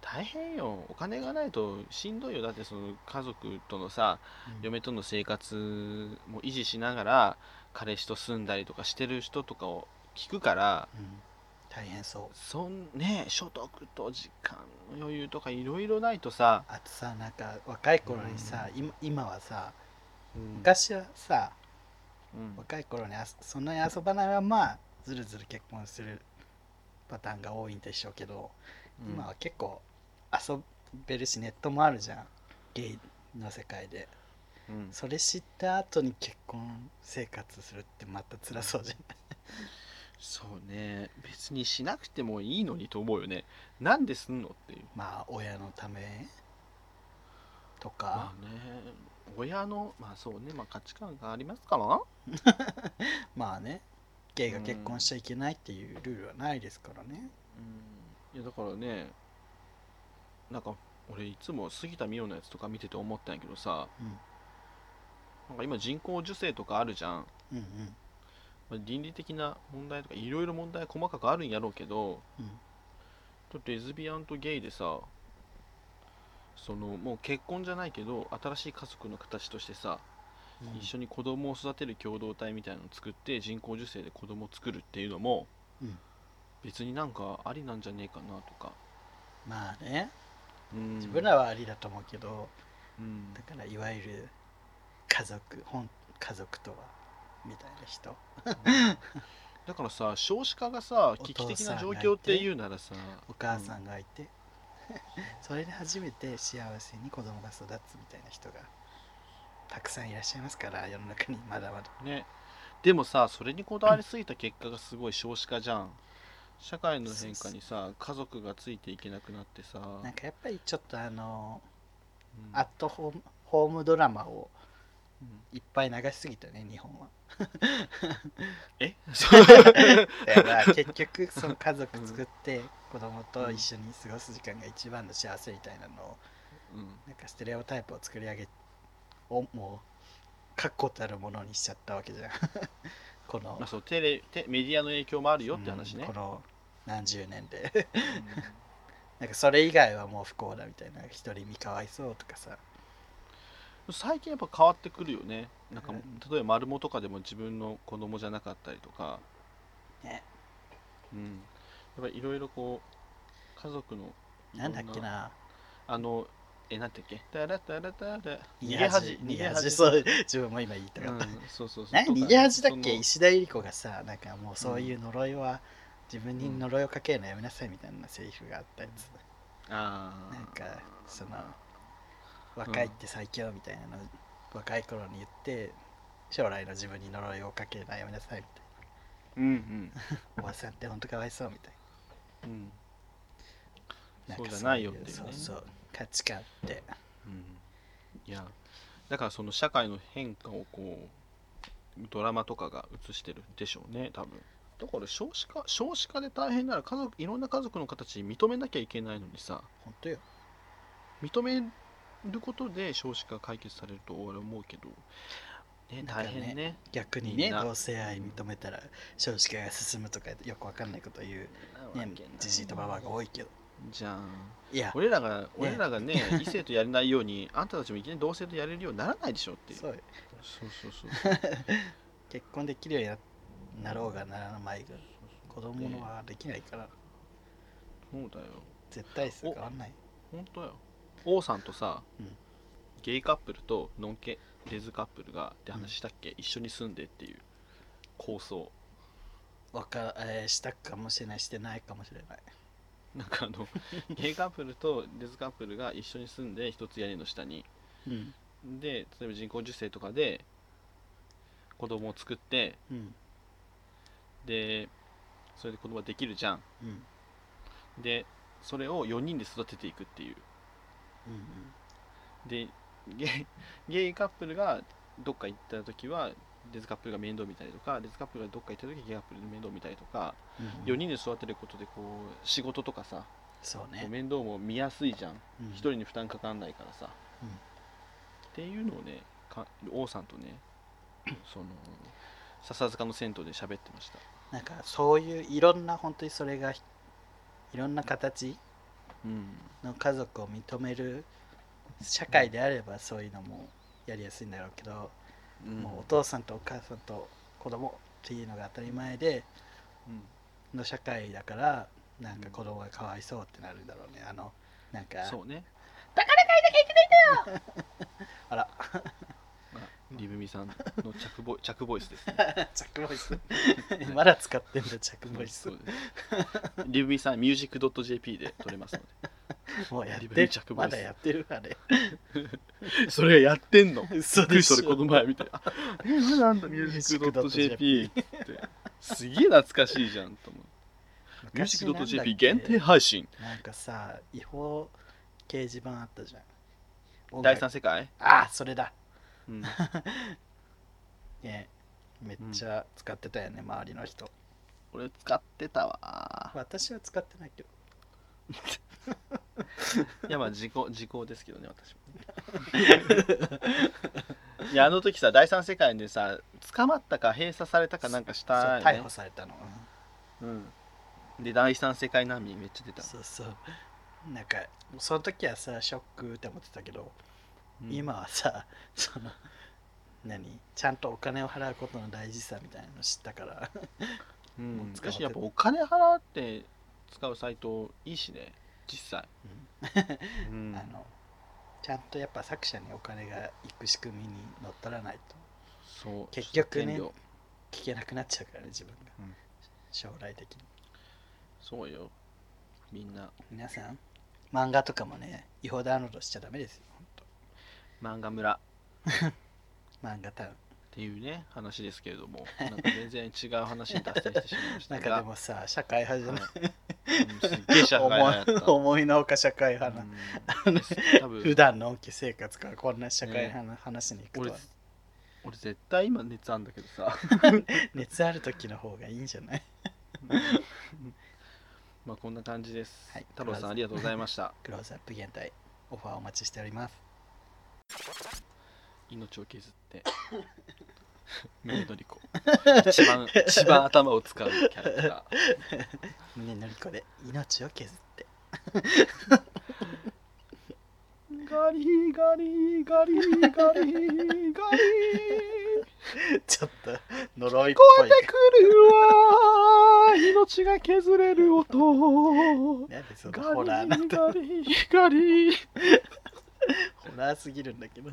A: 大変よお金がないとしんどいよだってその家族とのさ
B: ん
A: 嫁との生活も維持しながら彼氏と住んだりとかしてる人とかを聞くから
B: うん大変そう
A: そんね所得と時間の余裕とかいろいろないとさ、
B: あとさなんか若い頃にさ、今今はさ
A: うん
B: 昔はさ
A: うん
B: 若い頃にあそそんなに遊ばないままずるずる結婚するパターンが多いんでしょうけど、今は結構遊べるしネットもあるじゃんゲイの世界で
A: うん
B: それ知った後に結婚生活するってまた辛そうじゃ ん
A: そうね別にしなくてもいいのにと思うよねなんですんのっていう
B: まあ親のためとか、
A: まあね親のまあそうねまあ価値観がありますから
B: まあねゲイが結婚しちゃいけないっていうルールはないですからね、
A: いやだからねなんか俺いつも杉田美桜のやつとか見てて思ったんやけどさ、
B: うん
A: なんか今人工授精とかあるじゃん
B: うん、うん
A: まあ倫理的な問題とかいろいろ問題細かくあるんやろうけど、
B: うん
A: ちょっとレズビアンとゲイでさそのもう結婚じゃないけど新しい家族の形としてさ、
B: うん
A: 一緒に子供を育てる共同体みたいなのを作って人工授精で子供を作るっていうのも、
B: うん
A: 別になんかありなんじゃねえかなとか、
B: まあね
A: うん
B: 自分らはありだと思うけど、
A: うん
B: だからいわゆる家族本家族とはみたいな人
A: だからさ少子化がさ
B: お
A: 危機
B: 父
A: 的
B: さん
A: な
B: が
A: 状
B: いて
A: 況っていうならさ
B: お母さんがいて、それで初めて幸せに子供が育つみたいな人がたくさんいらっしゃいますから世の中にまだまだ
A: ねでもさそれにこだわりすぎた結果がすごい少子化じゃん社会の変化にさ家族がついていけなくなってさ、
B: なんかやっぱりちょっとあの
A: うん
B: アットホームホームドラマを
A: うん
B: いっぱい流しすぎたね日本は
A: え そう
B: だから結局その家族作って子供と一緒に過ごす時間が一番の幸せみたいなのを
A: うん
B: なんかステレオタイプを作り上げをもう確固たるものにしちゃったわけじゃん この
A: まあ、そうテレテメディアの影響もあるよって話
B: うん
A: ね
B: こ、の何十年で なんかそれ以外はもう不幸だみたいな一人身かわいそうとかさ
A: うん最近やっぱ変わってくるよねなんか
B: うん
A: 例えば丸モとかでも自分の子供じゃなかったりとか、
B: ね
A: うん、やっぱりいろいろこう家族の
B: なんだっけな
A: あの、え、なんてっけタラタラタラ
B: 逃げ恥逃げ恥そう自分も今言いた
A: う
B: か
A: ん
B: った、
A: そうそうそう。
B: 何逃げ恥だっけ
A: そ
B: 石田ゆり子がさなんかもうそういう呪いは自分に呪いをかけるのやめなさいみたいなセリフがあったやつ、
A: のあ
B: なんかその
A: ん
B: 若いって最強みたいなの、若い頃に言って将来の自分に呪いをかけるのはやめなさいみたい
A: ーうん
B: なおばさんってほんとかわいそうみたい
A: うん。うん
B: ななん
A: そう
B: か
A: じゃないよっていうね。
B: そうそう価値観って
A: うんいや、だからその社会の変化をこう、ドラマとかが映してるんでしょうね、多分。だから少子化少子化で大変なら家族いろんな家族の形認めなきゃいけないのにさ
B: ほんとよ
A: 認めることで少子化解決されると俺は思うけど、ね、
B: な
A: 大
B: んかね
A: 変ね
B: 逆に
A: み
B: ね
A: んな
B: 同性愛認めたら少子化が進むとかよくわかんないこと言うねじじいとばばあが多いけど
A: じゃん
B: いや
A: 俺らが、俺らが ね異性とやれないようにあんたたちもいきなり同性とやれるようにならないでしょっていう
B: そうよ
A: そうそうそう
B: 結婚できるようになろうがならないまいが子供のはできないから
A: そうだよ
B: 絶対数変わんない
A: 本当よ王さんとさ、
B: うん
A: ゲイカップルとノンケレズカップルがって話したっけ、一緒に住んでっていう構想
B: わか、えーしたかもしれないしてないかもしれない
A: なんかあ のゲイカップルとレズカップルが一緒に住んで一つ屋根の下に
B: うん
A: で例えば人工授精とかで子供を作って
B: うん
A: でそれで子供ができるじゃん
B: うんうん
A: でそれを4人で育てていくっていうでゲイゲイカップルがどっか行った時はレズカップルが面倒見たりとかレズカップルがどっか行った時はゲイカップルの面倒見たりとか、
B: うん
A: 4
B: うん
A: 人で育てることでこう仕事とかさ、
B: そう
A: こう
B: ね
A: 面倒も見やすいじゃん、
B: うん
A: 1人に負担かかんないからさ、
B: うん
A: っていうのをねか王さんとね その笹塚の銭湯で喋ってました、
B: なんかそういういろんな本当にそれがいろんな形
A: うん、
B: の家族を認める社会であればそういうのもやりやすいんだろうけど、
A: うん
B: もうお父さんとお母さんと子供っていうのが当たり前で
A: うん
B: の社会だからなんか子供がかわいそうってなるんだろうねあのなんか
A: そうね
B: あら
A: リブミさんの着ボイ着ボイス ですね
B: チャックボ イスまだ使ってんだチャックボイス
A: そうですリブミさん、ミュージック .jp で撮れますの
B: もうやっ
A: リベ
B: て
A: ン
B: る
A: ジャックボイ
B: ま
A: ス
B: だやってるあれ
A: で。 それやって んの
B: 嘘
A: びっくり
B: で
A: した
B: し
A: 俺こ
B: ょ
A: の前見て。あ え、なんだ、ミュージック .jp って。すげえ懐かしいじゃんと思う。ミュージック .jp 限定配信。
B: なんかさ違法掲示板あったじゃん
A: 第三世界
B: ああそれだ
A: うん、
B: ねめっちゃ使ってたよね、周りの人
A: 俺使ってたわ
B: 私は使ってないけど
A: いやまあ時効時効ですけどね私もね いやあの時さ第三世界でさ捕まったか閉鎖されたかなんかしたよ
B: そう逮
A: ね
B: 捕されたの、う
A: うん、で第三世界難民めっちゃ出た
B: ん、、そうそうなんかその時はさショックって思ってたけど、
A: うん
B: 今はさその何ちゃんとお金を払うことの大事さみたいなの知ったから
A: う、
B: もうん
A: し
B: 使っ
A: か
B: て
A: しやっぱお金払って使うサイトいいしね実際、うん
B: あのちゃんとやっぱ作者にお金が行く仕組みに乗っ取らないと
A: そう
B: 結局ね
A: 著作権料
B: 聞けなくなっちゃうからね自分が、
A: うん
B: 将来的に
A: そうよみんな
B: 皆さん漫画とかもね違法ダウンロードしちゃダメですよほんと
A: 漫画村っ
B: 漫画タウン
A: ていうね話ですけれどもなんか全然違う話に達成してしまいまし
B: な
A: た
B: ん
A: が
B: かでもさ社会派じゃない
A: うんすっげえ社会 派やった
B: 思いのほか社会派
A: う
B: な、
A: ん多分
B: 普段の生活からこんな社会派な話に行く
A: 俺
B: とは、
A: 俺絶対今熱あんだけど さ
B: 熱ある時の方がいいんじゃない
A: まあこんな感じです、
B: はい
A: 太郎さんありがとうございました
B: クローズアップ現代オファーお待ちしております
A: 命を削って胸のりこ一番一番頭を使うキャラクター
B: ねのりこで命を削って
A: ガリガリガリガリガリ
B: ちょっと呪いっぽい
A: 聞こえてくるわ命が削れる音
B: なんでそのホ
A: ガ
B: ラー
A: リ
B: なんて
A: ガリガリ
B: ホラーすぎるんだけど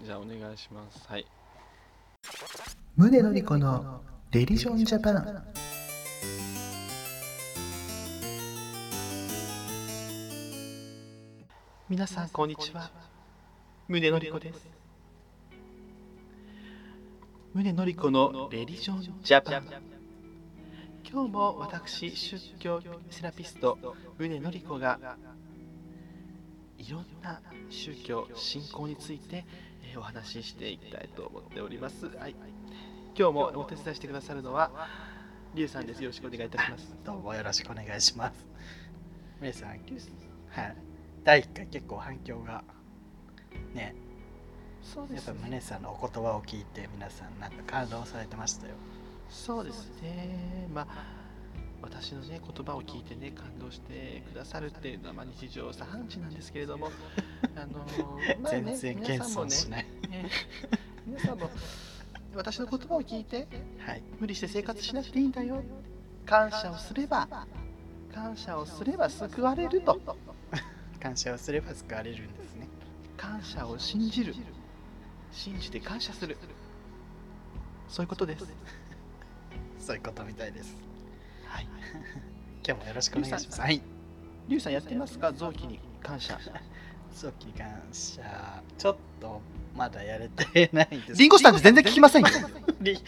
A: じゃあお願いしますはい
D: 胸のりこのレリジョンジャパン
A: 皆さんこんにちは胸のりこです胸のりこのレリジョンジャパン今日も私出教セラピスト胸のりこがいろんな宗教信仰についてえーお話ししていきたいと思っておりますはい今日もお手伝いしてくださるのはリュウさんですよろしくお願いいたします
B: どうもよろしくお願いします皆さんはい第1回結構反響がね
A: そう
B: やっぱ宗さんのお言葉を聞いて皆さんなんか感動されてましたよ
A: そうですね。まあ私のね言葉を聞いてね感動してくださるっていうのはまあ日常茶飯事なんですけれども、あのーまあね
B: 全然
A: 皆さん
B: 謙
A: も
B: 遜し
A: ね、
B: ない、
A: ね皆さんも私の言葉を聞いて
B: はい
A: 無理して生活しなくていいんだよ。感謝をすれば感謝をすれば救われると
B: 感謝をすれば救われるんですね
A: 感謝を信じる信じて感謝するそういうことです。
B: そういうことみたいです
A: はい。
B: 今日もよろしくお願いし
A: ゆ
B: ま
A: う
B: す
A: さん
B: はい
A: リュウさんやってますか臓器に感謝。
B: 早期感謝ちょっとまだやれてないんです
A: リンゴスタンって全然聞きませんよ。
B: リリ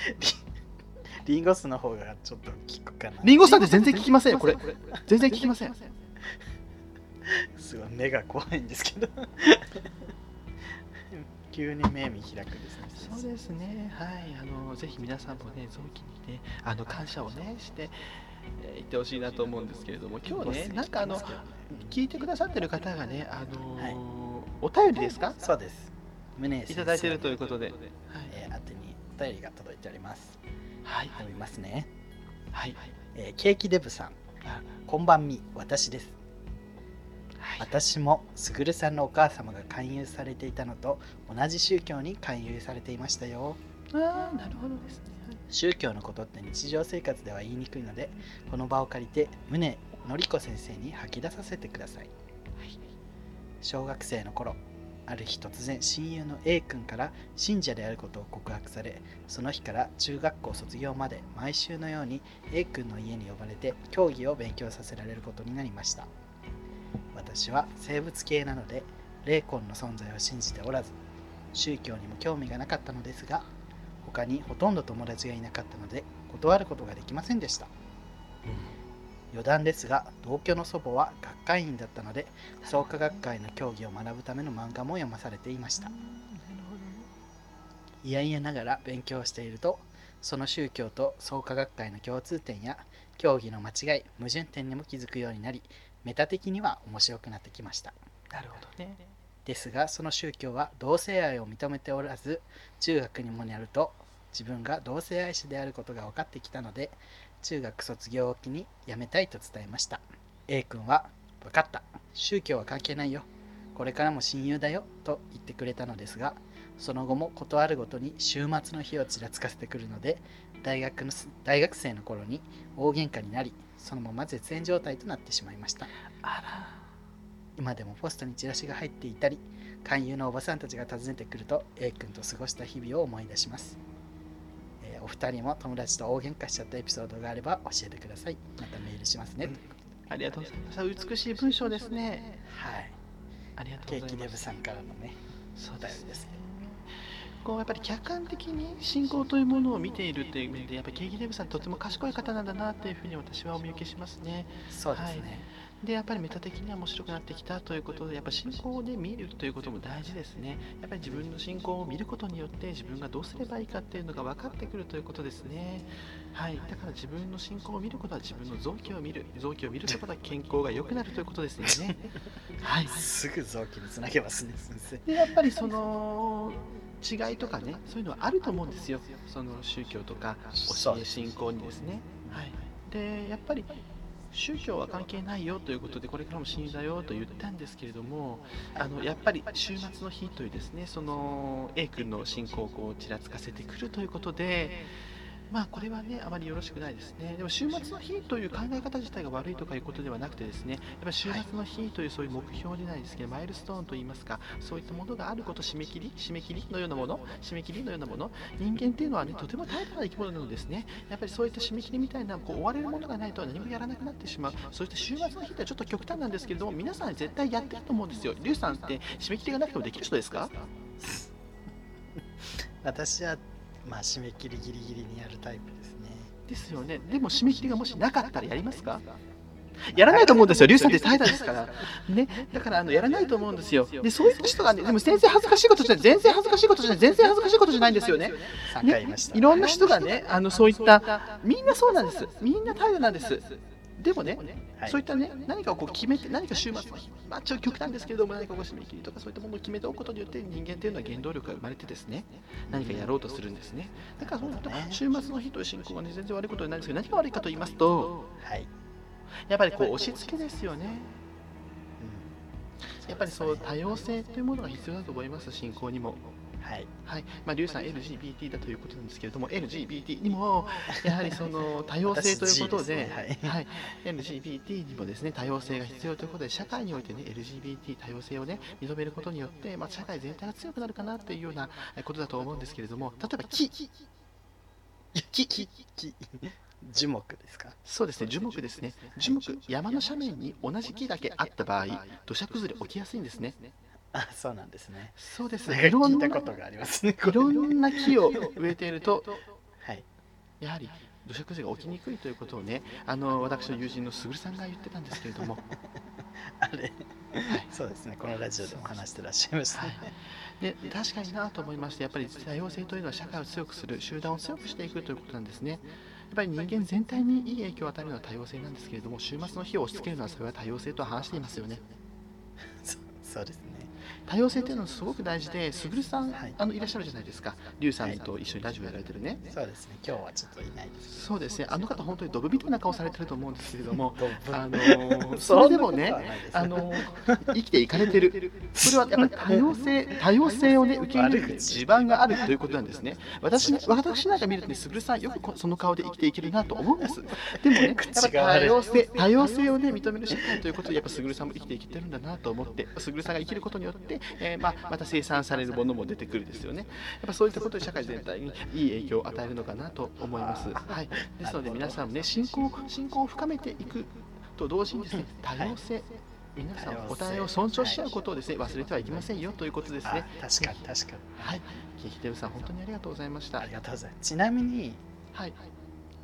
B: リンゴ酢の方がちょっと効くかな
A: リンゴスタンって全然聞きませんよ、これ。全然聞きません。
B: すごい目が怖いんですけど 急に目見開くですね
A: そうですね、はい、あの、ぜひ皆さんもね、臓器にね、あの、感謝をね、して、えー、言ってほしいなと思うんですけれども、今日ね、なんかあの、聞いてくださってる方がね、あのー
B: はい
A: お便りですか
B: そうです胸先生
A: いただいてるということで、
B: えー、宛てにお便りが届いております
A: はい、はい
B: 読みますね、
A: はい、
B: えーケーキデブさんあこんばんみ私です
A: はい、
B: 私もすぐるさんのお母様が勧誘されていたのと同じ宗教に勧誘されていましたよ
A: ああ、なるほどですね。
B: 宗教のことって日常生活では言いにくいのでこの場を借りて宗のりこ先生に吐き出させてください
A: はい、
B: 小学生の頃ある日突然親友の A 君から信者であることを告白されその日から中学校卒業まで毎週のように A 君の家に呼ばれて教義を勉強させられることになりました私は生物系なので霊魂の存在を信じておらず宗教にも興味がなかったのですが他にほとんど友達がいなかったので断ることができませんでした余談ですが同居の祖母は学会員だったので創価学会の教義を学ぶための漫画も読まされていましたいやいやながら勉強しているとその宗教と創価学会の共通点や教義の間違い矛盾点にも気づくようになりメタ的には面白くなってきました
C: なるほどね。
B: ですがその宗教は同性愛を認めておらず中学にもなると自分が同性愛者であることが分かってきたので中学卒業を機に辞めたいと伝えました A 君は「分かった宗教は関係ないよこれからも親友だよ」と言ってくれたのですがその後も事あるごとに週末の日をちらつかせてくるので大学の大学生の頃に大喧嘩になりそのまま絶縁状態となってしまいました
C: あ
B: 今でもポストにチラシが入っていたり勧誘のおばさんたちが訪ねてくると A 君と過ごした日々を思い出します、えーお二人も友達と大喧嘩しちゃったエピソードがあれば教えてくださいまたメールしますね、
A: うん
B: ということで
A: ありがとうございます。美しい文章ですね。
B: はい
A: ありがと
B: ケ
A: う
B: ー
A: ござ
B: キ
A: い
B: デ
A: ま
B: ブ
A: す。
B: さんからのね
A: そう
B: お
A: で
B: 便
A: す
B: りですね
A: こうやっぱり客観的に信仰というものを見ているという面でやっぱりケーキデブさんとても賢い方なんだなというふうに私はお見受けしますね
B: そうですね、
A: でやっぱりメタ的には面白くなってきたということでやっぱ信仰で見るということも大事ですねやっぱり自分の信仰を見ることによって自分がどうすればいいかっていうのが分かってくるということですねはいだから自分の信仰を見ることは自分の臓器を見る臓器を見ることは健康が良くなるということですよねはい
B: すぐ臓器につなげますね先生
A: でやっぱりその違いとかねそういうのはあると思うんですよその宗教とか教え信仰にですね。はい、でやっぱり宗教は関係ないよということでこれからも親友だよと言ったんですけれどもあのやっぱり週末の日というですねその A 君の信仰をこうちらつかせてくるということで。まあこれはねあまりよろしくないですね。でも週末の日という考え方自体が悪いとかいうことではなくてですね、やっぱり週末の日というそういう目標じゃないですけど、マイルストーンといいますか、そういったものがあること締め切り、締め切りのようなもの、締め切りのようなもの、人間っていうのはねとても怠惰な生き物なのですね。やっぱりそういった締め切りみたいなこう追われるものがないと何もやらなくなってしまう。そういった週末の日ってちょっと極端なんですけれども、皆さん絶対やってると思うんですよ。リュウさんって締め切りがなくてもできる人ですか？
B: 私はまあ締め切りギリギリにやるタイプですね
A: ですよね。でも締め切りがもしなかったらやりますか？やらないと思うんですよ。リュウさんって怠惰ですから。ね。だからあのやらないと思うんですよ。でそういった人がね、でも全然恥ずかしいことじゃない、全然恥ずかしいことじゃない、全然恥ずかしいことじゃないんですよね。
B: 3回言いました、
A: いろんな人がね、あのそういった、みんなそうなんです、みんな怠惰なんです。でもね、
B: はい
A: そういったね、何かをこう決めて、何か週末の日、まあ、ちょっと極端ですけれども、何かこう締め切りとか、そういったものを決めておくことによって、人間というのは原動力が生まれてですね、何かやろうとするんですね。だから、そうなると
B: なるほどね
A: 週末の日という信仰はね、全然悪いことはないんですけど、何が悪いかと言いますと、
B: はい、
A: やっぱりこう押し付けですよね。
B: う
A: やっぱりそう多様性というものが必要だと思います、信仰にも。
B: ん、はい
A: はいまあ、リュウさん LGBT だということなんですけれども LGBT にもやはりそ の多様性ということで
B: 私 G ですね
A: はい LGBT にもですね多様性が必要ということで社会においてね LGBT 多様性をね認めることによって、まあ、社会全体が強くなるかなっていうようなえことだと思うんですけれども例えば木
B: 木木木樹木ですか
A: そうですね樹木ですね樹木山の斜面に同じ木だけあった場合土砂崩れ起きやすいんですね
B: あそうなんですね
A: そうです
B: なんか
A: いろ
B: 聞
A: ん
B: い
A: な
B: た
A: い
B: ことがありますねこれ
A: ろんな木を植えていると
B: はい
A: やはり土砂崩れが起きにくいということをね、あの私の友人のすぐるさんが言ってたんですけれども、
B: あれそうですねこのラジオでも話してらっしゃいました
A: は
B: ね、
A: い、で確かになと思いまして、やっぱり多様性というのは社会を強くする、集団を強くしていくということなんですね。やっぱり人間全体にいい影響を与えるのは多様性なんですけれども、週末の日を押し付けるのはそれは多様性とは話していますよね。
B: そうそうですね
A: 多様性というのはすごく大事で、すぐるさん、
B: はい
A: あのいらっしゃるじゃないですか、りゅうさんと一緒にラジオやられてるね。
B: そうですね今日はちょっといないです
A: そうですね、あの方、本当にドブみたいな顔されてると思うんですけれど も、
B: どう
A: あのーそれでもね、あの生きていかれてる、それはやっぱり多様性、多様性を、ね、受け入れる地盤があるということなんですね。私私なんか見るとね、すぐるさん、よくこその顔で生きていけるなと思うんです。でもね、や っぱり多様性多様性を、ね、認める社会ということで、やっぱすぐるさんも生きていけてるんだなと思って、すぐるさんが生きることによって、えーまあ、また生産されるものも出てくるですよね。やっぱそういったことで社会全体にいい影響を与えるのかなと思います。はい、ですので、皆さんもね、信仰信仰を深めていくと同時にですね、多様性、皆さんお互いを尊重し合うことをですね、忘れてはいけませんよということです
B: あ
A: ね。
B: 確かに確かに
A: はい、キキテルさん、本当にありがとうございました。
B: ありがとうございますちなみに
A: はい、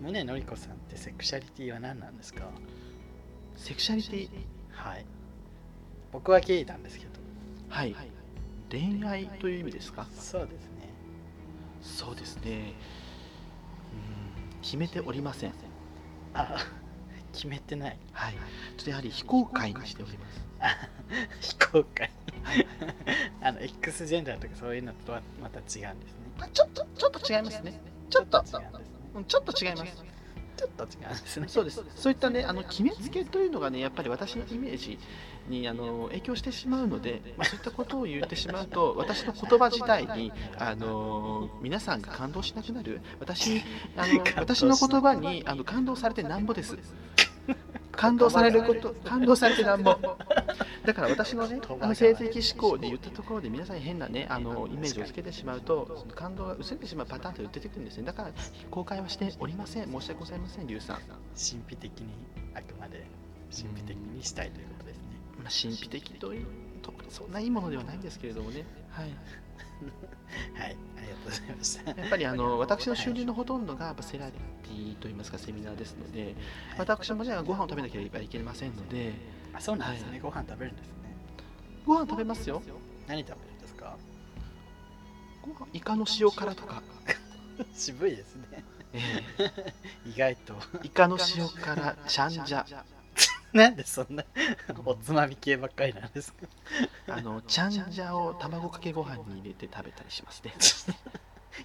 B: 宗典子さんってセクシャリティは何なんですか
A: セクシャリティ、
B: はい僕はゲイなんですけど
A: はい、恋愛という意味ですか。
B: そうですね
A: そうですねうん決めておりません
B: あ決めてない
A: はいちょっとやはり非公開にしております
B: 非公開あの X ジェンダーとかそういうのとはまた違うんですね
A: まあちょっとちょっと違いますねちょっと
B: 違うんですね
A: うんちょっと違います
B: ちょっと違うんですね
A: そうですそういったねあの決めつけというのがねやっぱり私のイメージにあの影響してしまうので、まあ、そういったことを言ってしまう と私の言葉自体にあの皆さんが感動しなくなる 私あの私の言葉にあの感動されてなんぼ です感動されること感動されてなん ぼだから私のねあの性的思考で言ったところで皆さんに変なねあのイメージをつけてしまうとその感動が薄れてしまうパターンと言ってくるんですねだから公開はしておりません申し訳ございませんリュウさん
B: 神秘的にあくまで神秘的にしたいということですね
A: まあ、神秘的というとそんないいものではないんですけれどもね、はい、
B: はいありがとうございました
A: やっぱりあの私の収入のほとんどがやっぱセラピーといいますかセミナーですので私もじゃあご飯を食べなければいけませんので
B: あそうなんですね、
A: はい
B: ご飯食べるんですね
A: ご飯食べますよ
B: 何食べるんで すか
A: ご飯イカの塩辛とか、
B: 渋いですね
A: え
B: 意外と
A: えイカの塩辛チャンジャ
B: なんでそんなおつまみ系ばっかりなんですか
A: あのチャンジャを卵かけご飯に入れて食べたりしますね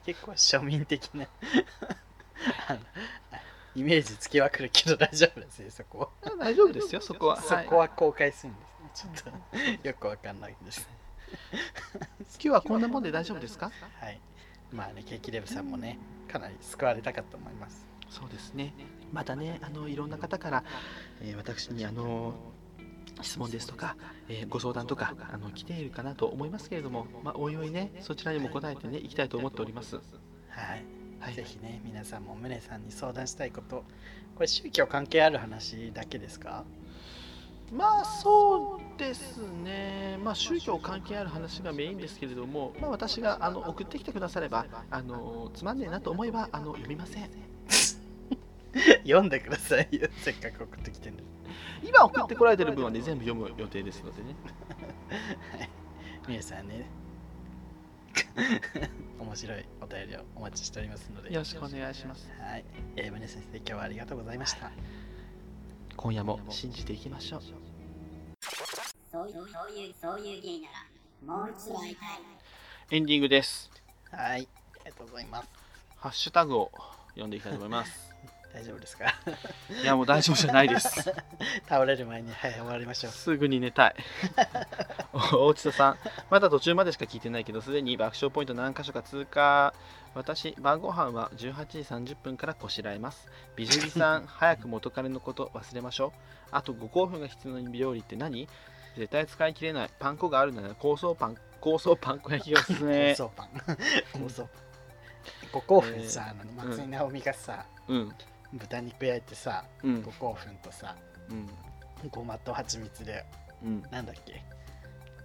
B: 結構庶民的なあのイメージつきはくるけど大丈夫ですねそこは
A: 大丈夫ですよそこは
B: そ
A: はい
B: こは公開するんですね。ちょっとよくわかんないですね。
A: 今日はこんなもんで大丈夫ですか
B: はい。まあね、ケーキレブさんもね、かなり救われたかと思います。
A: そうですね。またね、あのいろんな方から、えー私にあの質問ですとか、えーご相談とかあの来ているかなと思いますけれども、まあ、おいおいね、そちらにも答えてね、いきたいと思っております。
B: はい。
A: はい、
B: ぜひね、皆さんもムネさんに相談したいこと、これ宗教関係ある話だけですか
A: まあそうですね、まあ、宗教関係ある話がメインですけれども、まあ、私があの送ってきてくださればあの、つまんねえなと思えばあの読みません。
B: 読んでくださいよ。 せっかく送ってきてるんで。
A: 今送ってこられてる分はね、全部読む予定ですのでね。
B: ムネさん ね、面白いお便りをお待ちしておりますので。
A: よろしくお願いします。
B: はい。えー、ムネ先生、今日はありがとうございました。
A: 今夜も信じていきましょう。
E: そういう、そういう、そういう芸なら、もう一度会いたい。
A: エンディングです。
B: はい。ありがとうございます。
A: ハッシュタグを読んでいきたいと思います。
B: 大丈夫ですか
A: いや、もう大丈夫じゃないです。
B: 倒れる前にはい終わりましょう
A: すぐに寝たい。 お大地田さん、まだ途中までしか聞いてないけど、すでに爆笑ポイント何箇所か通過。私、晩ご飯は18時30分からこしらえます。ビジュリさ ん、早く元彼のこと忘れましょう。あと5興奮が必要な料理って何絶対使い切れない。パン粉があるなら高層パン、高層パン粉焼きがおすすめ
B: 高。層パン高層パン五興奮さ、
A: えー
B: あの松井直美がさ、
A: うん、
B: 豚肉焼いてさ
A: うん
B: 五、興奮とさ
A: うん、
B: ごまと蜂蜜で
A: うん。
B: なんだっけ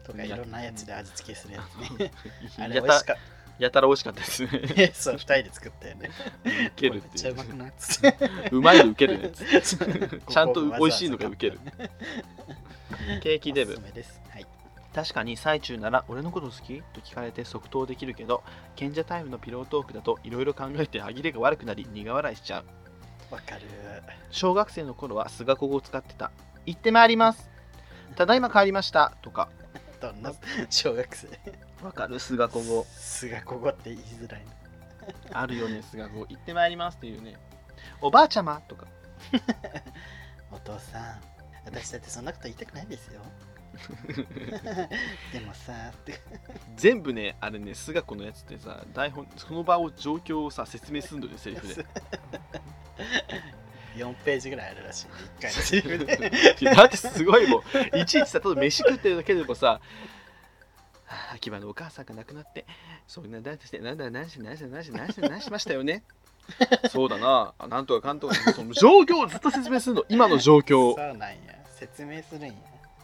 B: とか
A: うん
B: いろんなやつで味付けするやつね あれ
A: や
B: 美味
A: た
B: しかっ
A: やたら美味しかったです ね。
B: たそう二人で作ったよね
A: ウケるっ
B: これめってちゃ
A: いうう
B: まくないっ つって
A: うまいのウケるね
B: そう
A: ちゃんと美味しいのがウケ る
B: 五香粉わざわざ買
A: ケーキデ
B: ったおす
A: ブ
B: すめですはい
A: 確かに最中なら俺のこと好きと聞かれて即答できるけど賢者タイムのピロートークだといろいろ考えて歯切れが悪くなり苦笑いしちゃう
B: わかる
A: 小学生の頃はスガコ語を使ってた行ってまいりますただいま帰りましたとか
B: どんな小学生
A: わかるスガコ語
B: すがこごって言いづらいな
A: あるよねスガコ語行ってまいりますっていうねおばあちゃまとか
B: お父さん私だってそんなこと言いたくないですよ でもさって
A: 全部ねあれねスガコのやつってさ台本その場を状況をさ説明すんのよセリフで
B: 4ページぐらいあるらしい1回のセリフで
A: いやだってすごいもういちいちさただ飯食ってるだけでもさはあ秋葉のお母さんが亡くなってそういうなだしてなんだ何して何して何して何して何しましたよねそうだなあなんとかかんとかその状況をずっと説明するの今の状
B: そう
A: 況
B: なんや説明するんや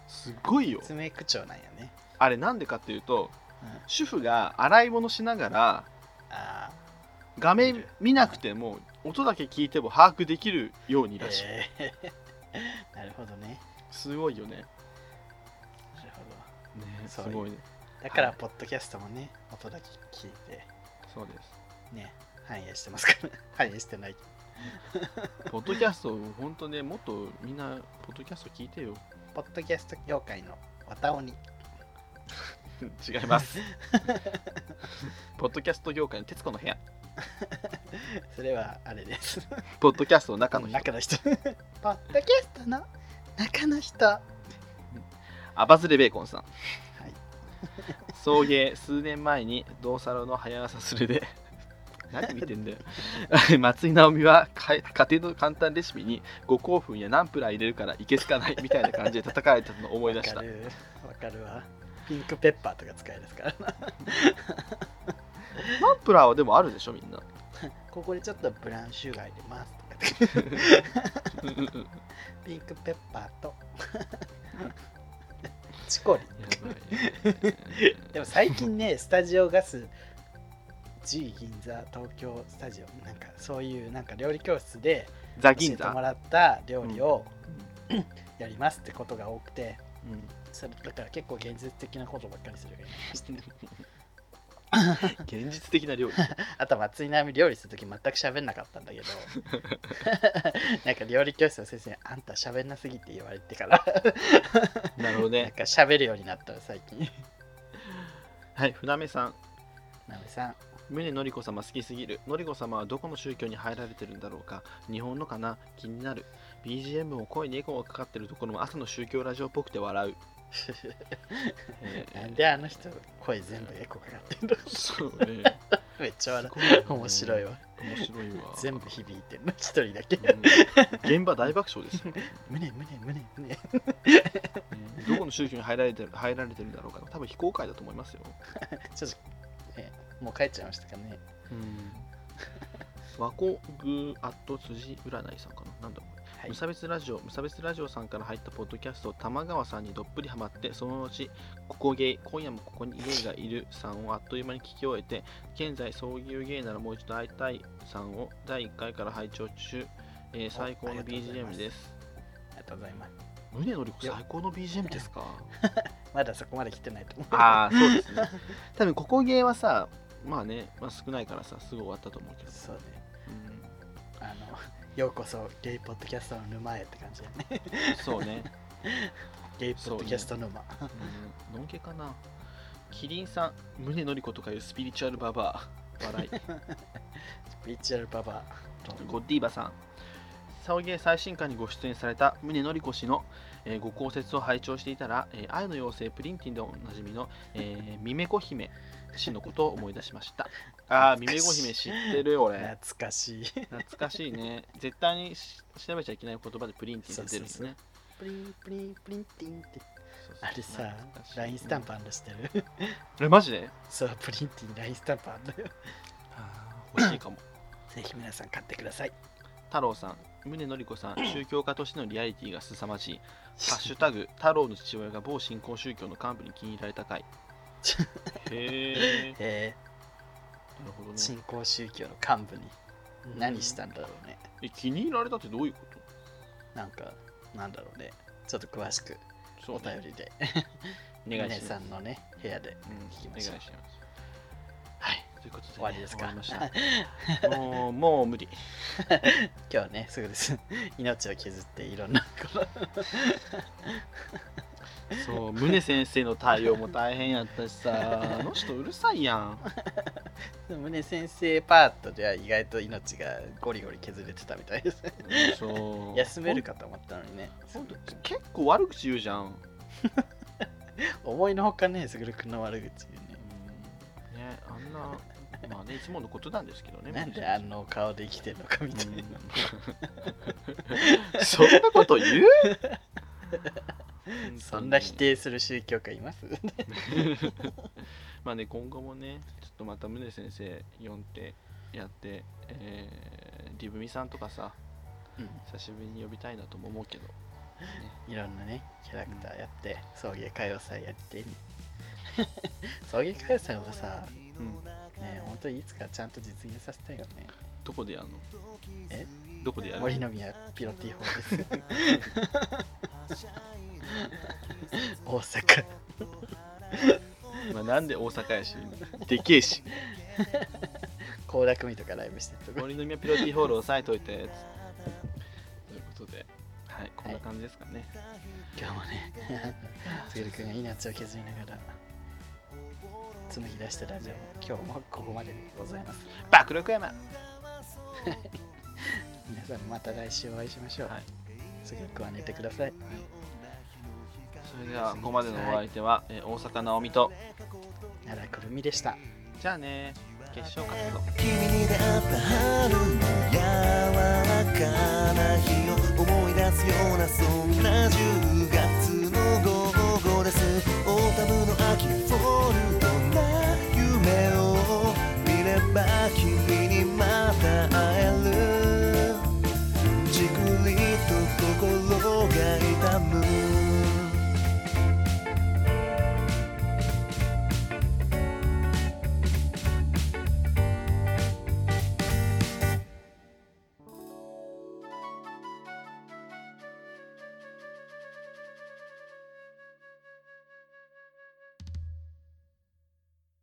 A: すごいよ
B: 説明口調なんやね、
A: あれなんでかっていうと
B: うん、
A: 主婦が洗い物しながら
B: ああ
A: 画面見なくても音だけ聞いても把握できるようにらしい、
B: えー なるほどね
A: すごいよね
B: なるほど
A: ねす
B: そういう
A: ごいね
B: だから
A: はい
B: ポッドキャストもね音だけ聞いて
A: そうです
B: ね、反映してますから、 反映してない。
A: ポッドキャスト、本当ね、もっとみんな、ポッドキャスト聞いてよ。
B: ポッドキャスト業界のわたおに。
A: 違います。 ポッドキャスト業界の徹子の部屋。
B: それはあれです。
A: ポッドキャストの中の人。
B: 中の人。ポ ッドキャストの中の人。は
A: アバズレベーコンさん。
B: い。
A: 送迎数年前に同サロの早朝す るで何見てんだよ 松井直美はか家庭の簡単レシピに五香粉やナンプラー入れるからいけすかないみたいな感じで叩かれたのを思い
B: わ
A: 出し
B: か
A: た
B: る。わかるわ。ピンクペッパーとか使えですからな。
A: ナンプラーはでもあるでしょみんな
B: ここでちょっとブラウンシュガー入れますとかって。
A: うんうんうんや
B: ピンクペッパーと。 チコ リ。
A: ばい
B: でも最 近ね、スタジオガス G 銀座東京スタジオ、なんかそういうなんか料理教室で
A: ザ・
B: 教え
A: 銀
B: ても
A: 座、
B: らった料理をやりますってことが多くて、
A: うん、
B: それだから結構現実的なことばっかりするようになりまし たね
A: 現実的な 料理
B: あと松井並み料理するとき全く喋んなかったんだけど なんか料理教室の先生にあんた喋んなすぎって言われてから
A: なるほど
B: なん
A: ね
B: か喋るようになったの最 近
A: はい船目さん
B: なべさん
A: 宗のりこ様好きすぎるのりこ様はどこの宗教に入られてるんだろうか日本のかな気になる BGM を声にエコーがかかってるところも朝の宗教ラジオっぽくて笑う、え
B: なんであの人声全部エコーかかってんの
A: ーそうね
B: めっちゃ笑
A: すごいよね
B: う面白いわ
A: 面白いわ
B: 全部響いてるの一人だけ
A: うん現場大爆笑です よ、ね、
B: 胸胸胸胸
A: どこの宗教に入られてる入られてるんだろうか多分非公開だと思いますよ、
B: ちょっと、えもう帰っちゃいましたかね
A: 和光グーアット辻占いさんかななんだろう
B: はい
A: 無差別ラジオ無差別ラジオさんから入ったポッドキャスト玉川さんにどっぷりハマってその後ここゲイ今夜もここにゲイがいるさんをあっという間に聞き終えて現在そういうゲイならもう一度会いたいさんを第1回から拝聴中、えー最高
B: あり
A: の
B: がとうございま
A: BGM
B: す
A: です
B: ありがとうございます
A: 宗のりこ
B: いや
A: 最高の BGM ですか
B: まだそこまで来てないと思う
A: ああそうですね 多分ここゲイはさまあね、まあ、少ないからさすぐ終わったと思うけど、
B: そうね
A: うん
B: あのようこそゲイポッドキャストの沼へって感じだね
A: そうね
B: ゲイポッドキャスト沼、
A: うん、のんけかなキリンさん、宗のりことかいうスピリチュアルババア、 笑い。
B: ビーチュアルババ
A: ゴッディーバさん、サオゲー最新刊にご出演された宗のりこ氏の、えーご講説を拝聴していたら、えー愛の妖精プリンティンでおなじみの、えー、ミメコ姫氏のことを思い出しま した。ああ、ミメコ姫知ってる俺。
B: 懐かしい
A: 懐かしいね。絶対にし調べちゃいけない言葉でプリンティンって出てるんですね。
B: プリンプリンプリンティンって
A: そうそう
B: あれさ
A: 懐かしい
B: LINE スタンプ
A: うん
B: あんのしてる
A: え、マジで
B: そうプリンティン LINE スタンプあんのよ
A: 欲しいかも。
B: ぜひ皆さん買ってください
A: 太郎さん、宗則子さん、宗教家としてのリアリティが凄まじ い。ハッシュタグ、太郎の父親が某新興宗教の幹部に気に入られた回。へえ。
B: え
A: なるほど
B: ー、
A: ね。
B: 新興宗教の幹部に何したんだろうね
A: え気に入られたってどういうこ
B: なんかなんだろうねちょっと詳しく
A: と
B: お便りで
A: り。お願い
B: ね
A: し
B: さ
A: ます。
B: んのね部屋で
A: うん
B: 聞き
A: お
B: ま
A: 願い
B: し
A: し
B: ょう
A: ます。
B: はい
A: ということで、
B: 終わりです
A: 終
B: か
A: わりま した。もう、もう無理。
B: 今日はねすぐです 命を削っていろんなこの
A: そう、宗先生の対応も大変やったしさ、あの人うるさいや ん。
B: 宗先生パートでは意外と命がゴリゴリ削れてたみたいですね
A: そう。
B: 休めるかと思ったのにね
A: ほんと。結構悪口言うじゃん。
B: 思いのほかねすぐるくんの悪口言う
A: うんね、あんな、まあね、いつものことなんですけどね。
B: ねなん
A: 皆
B: で
A: さ
B: あの顔で生きてんのかみたいな、
A: うん そんなこと言う
B: そんな否。定する宗教家います
A: まあね、今後もね、ちょっとまた宗先生呼んでやって、えー、リブミさんとかさ、
B: うん
A: 久しぶりに呼びたいなとも思うけど、
B: いろんなねキャラクターやって送迎歌謡祭やって、 送迎歌謡祭もさね本当にいつかちゃんと実現させたいよね
A: どこでやるの
B: え
A: どこでやる
B: 森
A: の
B: の宮ピロティ法です。 大阪。
A: まあ、なんで大阪やし、でけえし、
B: 行楽見とかライブしてるとこ
A: 森の宮ピロティホールを押さえといてということではいこんな感じですかね、
B: 今日もね つぐるくんが命を削りながら紡ぎ出したラジオ今日もここまででございます
A: 爆力山
B: 皆さんまた来週お会いしましょう
A: はい
B: つぐるくんは寝てください
A: それではここまでのお相手は、えー大阪直美と
B: 奈良くるみでした
A: じゃあね決勝勝つぞ
F: 君に出会った